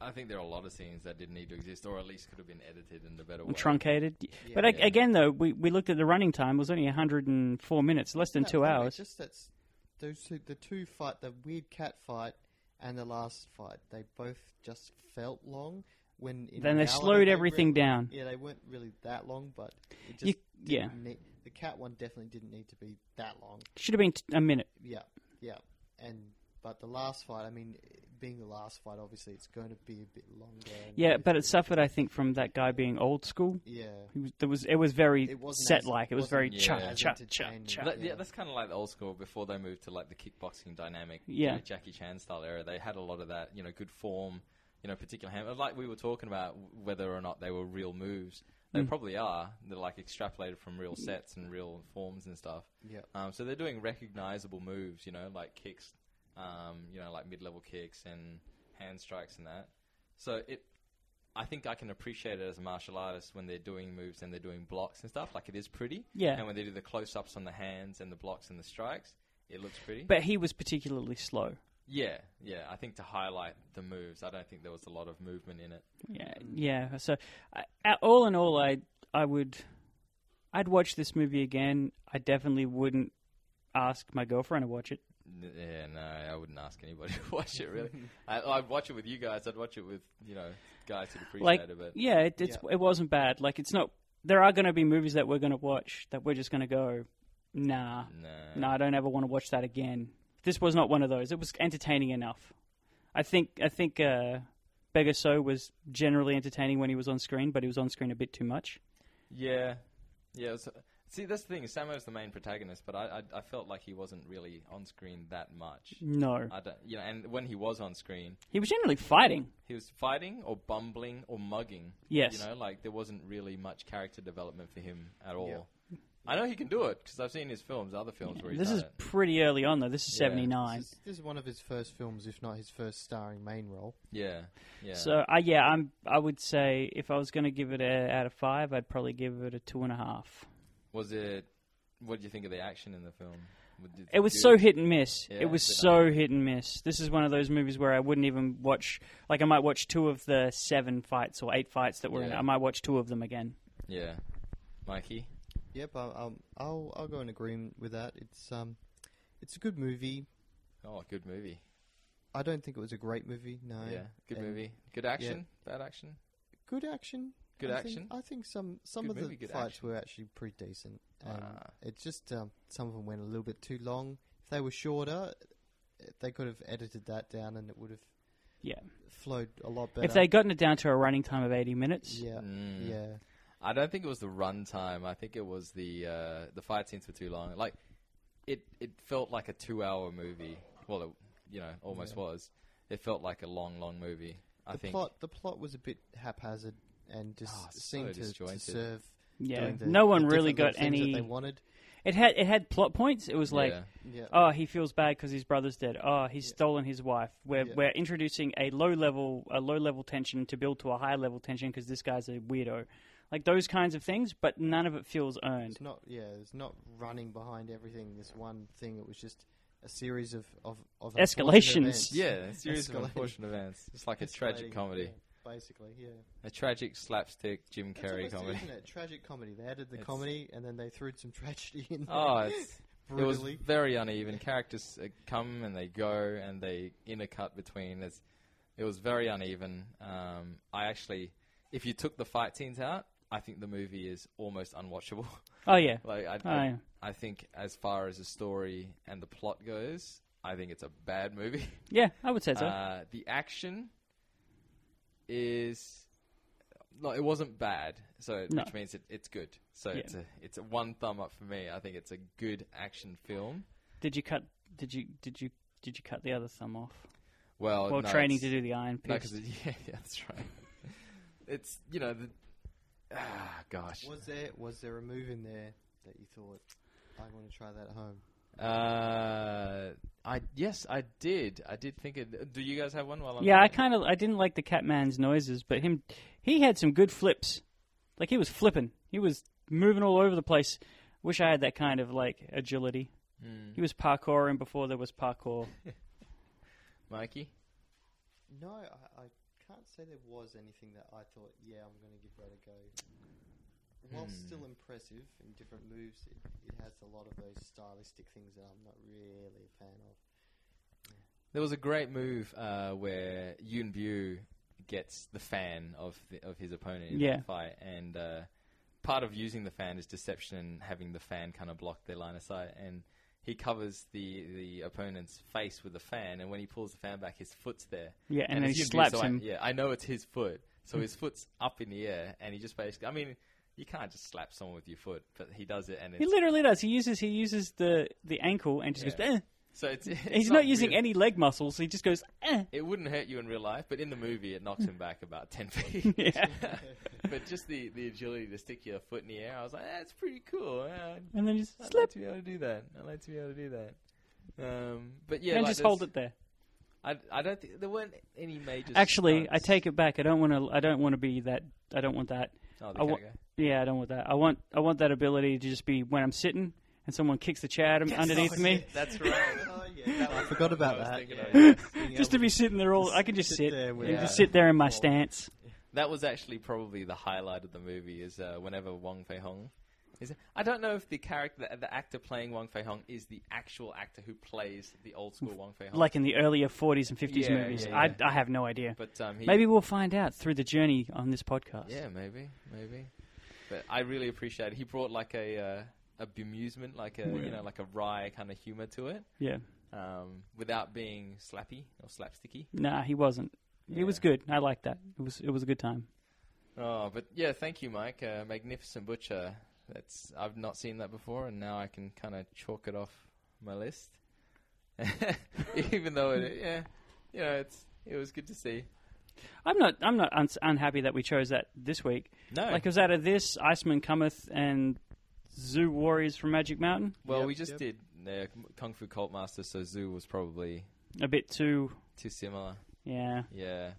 Speaker 3: I think there are a lot of scenes that didn't need to exist, or at least could have been edited in a better way.
Speaker 4: and truncated. but ag- again, though, we, we looked at the running time. It was only 104 minutes, less than
Speaker 5: No,
Speaker 4: two
Speaker 5: no,
Speaker 4: hours.
Speaker 5: it's Just that's those two, the two fight, the weird cat fight and the last fight. They both just felt long. When in
Speaker 4: Then they
Speaker 5: reality,
Speaker 4: slowed everything
Speaker 5: really-
Speaker 4: down.
Speaker 5: Yeah, they weren't really that long, but it just
Speaker 4: You-
Speaker 5: didn't
Speaker 4: yeah.
Speaker 5: need- the cat one definitely didn't need to be that long.
Speaker 4: Should have been t- a minute.
Speaker 5: Yeah, yeah, and but the last fight. I mean, being the last fight, obviously, it's going to be a bit longer. and
Speaker 4: Yeah, but it suffered, I think, from that guy being old school.
Speaker 5: yeah.
Speaker 4: He was, there was it was very
Speaker 5: It wasn't
Speaker 4: set
Speaker 5: as-
Speaker 4: like. It was very
Speaker 5: wasn't
Speaker 4: cha
Speaker 3: as
Speaker 4: cha cha
Speaker 5: entertaining.
Speaker 4: cha.
Speaker 3: That- yeah.
Speaker 5: Yeah.
Speaker 3: that's kind of like the old school before they moved to like the kickboxing dynamic, you
Speaker 4: Yeah.
Speaker 3: know, Jackie Chan style era. They had a lot of that, you know, good form, you know, particular hand. Like we were talking about w- whether or not they were real moves. They probably are. They're like extrapolated from real sets and real forms and stuff.
Speaker 5: Yeah.
Speaker 3: Um, so they're doing recognizable moves, you know, like kicks, um, you know, like mid-level kicks and hand strikes and that. So it, I think I can appreciate it as a martial artist when they're doing moves and they're doing blocks and stuff. Like it is pretty.
Speaker 4: Yeah.
Speaker 3: And when they do the close-ups on the hands and the blocks and the strikes, it looks pretty.
Speaker 4: But he was particularly slow.
Speaker 3: yeah, yeah. I think to highlight the moves, I don't think there was a lot of movement in it.
Speaker 4: Yeah, yeah. So, I, I- all in all, I I would I'd watch this movie again. I definitely wouldn't ask my girlfriend to watch it.
Speaker 3: N- Yeah, no, I wouldn't ask anybody to watch it really. I, I'd watch it with you guys. I'd watch it with you know guys who appreciate
Speaker 4: Like,
Speaker 3: it. But
Speaker 4: yeah, it, it's
Speaker 5: Yeah.
Speaker 4: it wasn't bad. Like, it's not. There are going to be movies that we're going to watch that we're just going to go, nah,
Speaker 3: no.
Speaker 4: nah. I don't ever want to watch that again. This was not one of those. It was entertaining enough. I think I think uh, Begaso was generally entertaining when he was on screen, but he was on screen a bit too much.
Speaker 3: Yeah, yeah. it was- see, that's the thing. Samo's the main protagonist, but I, I, I felt like he wasn't really on screen that much.
Speaker 4: No,
Speaker 3: I don't, you know, and when he was on screen,
Speaker 4: he was generally fighting.
Speaker 3: he was fighting or bumbling or mugging.
Speaker 4: Yes.
Speaker 3: you know, like there wasn't really much character development for him at all.
Speaker 5: Yeah.
Speaker 3: I know he can do it because I've seen his films, other films where he's
Speaker 4: This
Speaker 3: done
Speaker 4: is
Speaker 3: it.
Speaker 4: pretty early on, though. This is
Speaker 3: Yeah.
Speaker 4: '79.
Speaker 5: This, this is one of his first films, if not his first starring main role.
Speaker 3: Yeah, yeah.
Speaker 4: So, I yeah, I'm. I would say if I was going to give it a out of five, I'd probably give it a two and a half.
Speaker 3: was it? What did you think of the action in the film? What did
Speaker 4: It
Speaker 3: they
Speaker 4: was
Speaker 3: do?
Speaker 4: so hit and miss.
Speaker 3: Yeah,
Speaker 4: it was
Speaker 3: it's a bit
Speaker 4: so hit and miss. This is one of those movies where I wouldn't even watch. Like, I might watch two of the seven fights or eight fights that were in it.
Speaker 3: Yeah.
Speaker 4: I might watch two of them again.
Speaker 3: Yeah, Mikey.
Speaker 5: Yep, I, um, I'll I'll go in agreement with that. It's um, it's a good movie.
Speaker 3: Oh, good movie.
Speaker 5: I don't think it was a great movie. No.
Speaker 3: Yeah, good
Speaker 5: And
Speaker 3: movie. Good action. Bad action.
Speaker 5: Good action.
Speaker 3: Good
Speaker 5: I
Speaker 3: action?
Speaker 5: Think, I think some some
Speaker 3: Good
Speaker 5: of the
Speaker 3: movie, good
Speaker 5: fights
Speaker 3: action.
Speaker 5: were actually pretty decent. Um,
Speaker 3: Ah.
Speaker 5: It's just um, some of them went a little bit too long. If they were shorter, eh, they could have edited that down, and it would have
Speaker 4: Yeah.
Speaker 5: flowed a lot better.
Speaker 4: If
Speaker 3: um,
Speaker 4: they'd gotten it down to a running time of 80 minutes,
Speaker 5: yeah,
Speaker 3: Mm.
Speaker 5: yeah,
Speaker 3: I don't think it was the run time. I think it was the uh, the fight scenes were too long. Like it it felt like a two hour movie. Well, it, you know, almost was. It felt like a long, long movie. I
Speaker 5: the
Speaker 3: think.
Speaker 5: plot the plot was a bit haphazard and just
Speaker 3: Oh, so
Speaker 5: seemed to- to,
Speaker 3: disjointed.
Speaker 5: serve.
Speaker 4: Yeah.
Speaker 5: doing the-
Speaker 4: No one
Speaker 5: the
Speaker 4: really
Speaker 5: different
Speaker 4: got
Speaker 5: little things
Speaker 4: any-
Speaker 5: That they wanted.
Speaker 4: it had it had plot points. It was like.
Speaker 3: Yeah.
Speaker 5: Yeah.
Speaker 4: Oh, he feels bad because his brother's dead. Oh, he's stolen his wife. We're
Speaker 5: Yeah.
Speaker 4: we're introducing a low level a low level tension to build to a higher level tension because this guy's a weirdo, like those kinds of things. But none of it feels earned.
Speaker 5: It's not yeah, it's not running behind everything this one thing. It was just a series of of, of unfortunate
Speaker 4: Escalations.
Speaker 5: events.
Speaker 3: yeah, a series of
Speaker 5: Escalating-
Speaker 3: unfortunate events. It's like a tragic
Speaker 5: escalating,
Speaker 3: comedy,
Speaker 5: yeah, basically, yeah.
Speaker 3: a tragic slapstick Jim
Speaker 5: That's
Speaker 3: Carrey
Speaker 5: almost it,
Speaker 3: comedy.
Speaker 5: isn't it? Tragic comedy. They added the
Speaker 3: It's-
Speaker 5: comedy and then they threw some tragedy in. There.
Speaker 3: Oh, it's, it was
Speaker 5: brutally.
Speaker 3: very uneven. Characters uh, come and they go, and they intercut between. It's, it was very uneven. Um, I actually, if you took the fight scenes out, I think the movie is almost unwatchable.
Speaker 4: Oh yeah,
Speaker 3: like I,
Speaker 4: Oh, yeah.
Speaker 3: I, I think as far as the story and the plot goes, I think it's a bad movie.
Speaker 4: yeah, I would say so.
Speaker 3: Uh, the action is no, it wasn't bad, so
Speaker 4: No.
Speaker 3: which means it, it's good. So
Speaker 4: Yeah.
Speaker 3: it's a it's a one thumb up for me. I think it's a good action film.
Speaker 4: did you cut? Did you did you did you cut the other thumb off
Speaker 3: Well,
Speaker 4: while
Speaker 3: no,
Speaker 4: training
Speaker 3: it's-
Speaker 4: to do the iron
Speaker 3: no,
Speaker 4: fist?
Speaker 3: 'cause it- yeah, yeah, that's right. it's you know the ah gosh.
Speaker 5: Was there was there a move in there that you thought I want to try that at home?
Speaker 3: Uh, I yes, I did. I did think it. Do you guys have one? While I'm
Speaker 4: yeah, I
Speaker 3: thinking?
Speaker 4: kind of I didn't like the Catman's noises, but him he had some good flips. Like he was flipping, he was moving all over the place.
Speaker 3: Hmm.
Speaker 4: Wish I had that kind of like agility. He was parkouring before there was parkour.
Speaker 3: Mikey?
Speaker 5: No, I, I can't say there was anything that I thought, yeah, I'm going to give that a go. While
Speaker 3: Hmm.
Speaker 5: still impressive in different moves, it, it has a lot of those stylistic things that I'm not really a fan of.
Speaker 3: There was a great move uh, where Yun Bu gets the fan of the, of his opponent in
Speaker 4: Yeah.
Speaker 3: that fight, and uh, part of using the fan is deception and having the fan kind of block their line of sight. And he covers the, the opponent's face with the fan, and when he pulls the fan back, his foot's there.
Speaker 4: Yeah, and then
Speaker 3: it's
Speaker 4: he
Speaker 3: Yun Bu,
Speaker 4: slaps
Speaker 3: so I-
Speaker 4: him. Hmm.
Speaker 3: yeah, I know it's his foot, so his foot's up in the air, and he just basically. I mean, you can't just slap someone with your foot, but he does it, and
Speaker 4: He
Speaker 3: it's,
Speaker 4: literally does. He uses he uses the the ankle and just
Speaker 3: Yeah.
Speaker 4: goes. Eh.
Speaker 3: so it's, it's
Speaker 4: He's not, using
Speaker 3: really-
Speaker 4: any leg muscles. He just goes. Eh.
Speaker 3: It wouldn't hurt you in real life, but in the movie, it knocks him back about ten feet.
Speaker 4: Yeah.
Speaker 3: but just the, the agility to stick your foot in the air, I was like, that's pretty cool. Yeah, I'd,
Speaker 4: And then just
Speaker 3: I'd
Speaker 4: slip
Speaker 3: like to be able to do that. I'd like to be able to do that. Um, but yeah,
Speaker 4: and
Speaker 3: like
Speaker 4: just hold
Speaker 3: there's-
Speaker 4: it there.
Speaker 3: I, I don't think there weren't any major.
Speaker 4: Actually, I
Speaker 3: stunts.
Speaker 4: take it back. I don't want to. I don't want to be that. I don't want that.
Speaker 3: Oh, the
Speaker 4: I wa-
Speaker 3: cat guy.
Speaker 4: Yeah, I don't want that. I want. I want that ability to just be when I'm sitting and someone kicks the chair at- underneath
Speaker 3: Oh,
Speaker 4: me.
Speaker 3: shit, That's right.
Speaker 5: Oh, yeah, I forgot about
Speaker 3: was
Speaker 5: that.
Speaker 3: thinking
Speaker 5: yeah.
Speaker 3: of, yeah.
Speaker 5: Being
Speaker 4: Just to
Speaker 5: able
Speaker 4: be sitting there all. I can just
Speaker 5: sit
Speaker 4: sit.
Speaker 5: there
Speaker 4: and
Speaker 5: with-
Speaker 4: Just
Speaker 3: Yeah.
Speaker 4: sit there in my stance.
Speaker 3: That was actually probably the highlight of the movie. Is uh, whenever Wong Fei Hong. Is I don't know if the character, the, the actor playing Wong Fei Hong, is the actual actor who plays the old school Wong Fei Hong.
Speaker 4: Like in the earlier 40s and 50s
Speaker 3: Yeah,
Speaker 4: movies.
Speaker 3: yeah, yeah.
Speaker 4: I, I have no idea.
Speaker 3: but um, he,
Speaker 4: Maybe we'll find out through the journey on this podcast.
Speaker 3: Yeah, maybe, maybe. But I really appreciate it. He brought like a uh, a bemusement, like a you know, like a wry kind of humor to it,
Speaker 4: Yeah.
Speaker 3: um, without being slappy or slapsticky.
Speaker 4: Nah, he wasn't. It was
Speaker 3: Yeah.
Speaker 4: good. I liked that. It was it was a good time.
Speaker 3: Oh, but yeah, thank you, Mike. Uh, Magnificent Butcher. That's I've not seen that before, and now I can kind of chalk it off my list. Even though it, yeah, you know, it's it was good to see.
Speaker 4: I'm not I'm not un- unhappy that we chose that this week.
Speaker 3: No,
Speaker 4: Like it was out of this Iceman Cometh and Zoo Warriors from Magic Mountain.
Speaker 3: well,
Speaker 5: Yep,
Speaker 3: we just
Speaker 5: yep.
Speaker 3: did uh, Kung Fu Cult Master, so Zoo was probably
Speaker 4: A bit too
Speaker 3: too similar.
Speaker 4: yeah.
Speaker 3: Yeah.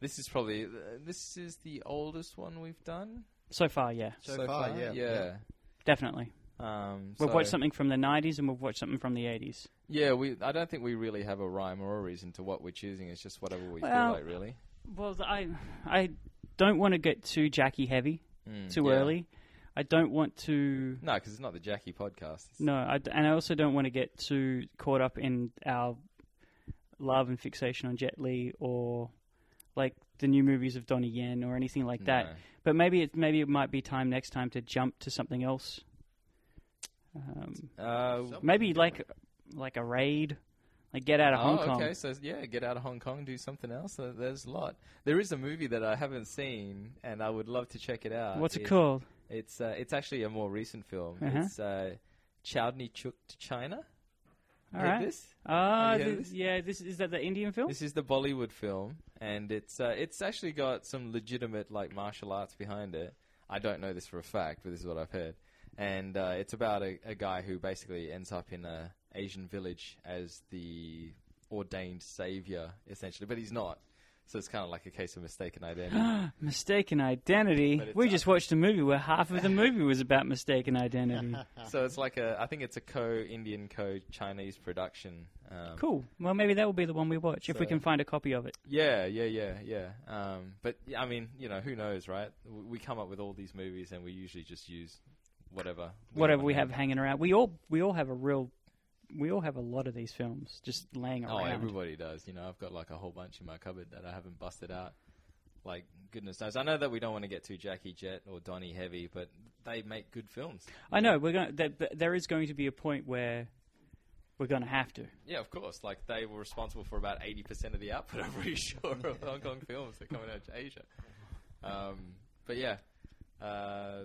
Speaker 3: This is probably uh, this is the oldest one we've done.
Speaker 4: So far, yeah.
Speaker 5: So, far, Oh, yeah.
Speaker 3: Yeah.
Speaker 4: Definitely.
Speaker 3: Um
Speaker 4: We've
Speaker 3: so-
Speaker 4: watched something from the 90s and we've watched something from the 80s.
Speaker 3: Yeah, we I don't think we really have a rhyme or a reason to what we're choosing. It's just whatever we
Speaker 4: Well,
Speaker 3: feel like really.
Speaker 4: Well, I I don't want to get too Jackie heavy too
Speaker 3: Mm, yeah.
Speaker 4: early. I don't want to
Speaker 3: No, cuz it's not the Jackie podcast. It's-
Speaker 4: No, I d and I also don't want to get too caught up in our love and fixation on Jet Li or like the new movies of Donnie Yen or anything like that.
Speaker 3: No.
Speaker 4: But maybe it maybe it might be time next time to jump to something else. Um,
Speaker 3: Uh,
Speaker 5: Something
Speaker 4: maybe
Speaker 5: different.
Speaker 4: like like a raid, like get out of Hong
Speaker 3: oh,
Speaker 4: Kong.
Speaker 3: okay. So yeah, get out of Hong Kong, do something else. Uh, There's a lot. There is a movie that I haven't seen, and I would love to check it out.
Speaker 4: What's it
Speaker 3: It's-
Speaker 4: called?
Speaker 3: It's uh, it's actually a more recent film.
Speaker 4: Uh-huh.
Speaker 3: It's uh, Chowdhury Chook to China.
Speaker 4: All
Speaker 3: Heard
Speaker 4: right.
Speaker 3: this?
Speaker 4: Ah,
Speaker 3: Have you heard
Speaker 4: th-
Speaker 3: of this?
Speaker 4: yeah. This is that the Indian film.
Speaker 3: This is the Bollywood film, and it's uh, it's actually got some legitimate like martial arts behind it. I don't know this for a fact, but this is what I've heard. And uh, it's about a, a guy who basically ends up in a Asian village as the ordained savior, essentially, but he's not. So it's kind of like a case of mistaken identity.
Speaker 4: Mistaken Identity.
Speaker 3: But it's
Speaker 4: We
Speaker 3: not-
Speaker 4: just watched a movie where half of the movie was about mistaken identity.
Speaker 3: so it's like a I think it's a co-Indian, co-Chinese production. Um,
Speaker 4: Cool. Well, maybe that will be the one we watch if we
Speaker 3: So-
Speaker 4: can find a copy of it.
Speaker 3: Yeah, yeah, yeah, yeah. Um, but yeah, I mean, you know, who knows, right? W- We come up with all these movies, and we usually just use whatever,
Speaker 4: Whatever
Speaker 3: on
Speaker 4: we have
Speaker 3: hand.
Speaker 4: hanging around, we all we all have a real, we all have a lot of these films just laying
Speaker 3: Oh,
Speaker 4: around.
Speaker 3: everybody does. You know, I've got like a whole bunch in my cupboard that I haven't busted out. Like goodness knows, I know that we don't want to get too Jackie Jet or Donnie Heavy, but they make good films.
Speaker 4: I know we're going. There, there is going to be a point where we're going to have to.
Speaker 3: Yeah, of course. Like they were responsible for about eighty percent of the output. I'm pretty sure of Hong Kong films that come out of Asia. Um, but yeah, uh,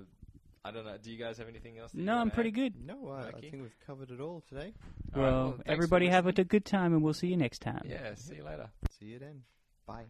Speaker 3: I don't know. Do you guys have anything else? that you
Speaker 4: No, I'm
Speaker 3: wanna
Speaker 4: pretty
Speaker 3: add?
Speaker 4: good.
Speaker 5: No, I, I
Speaker 3: Mikey?
Speaker 5: think we've covered it all today.
Speaker 3: All right,
Speaker 4: well,
Speaker 3: thanks for
Speaker 4: everybody have a
Speaker 3: listening.
Speaker 4: good time, and we'll see you next time.
Speaker 3: Yeah, see you later.
Speaker 5: See you then. Bye.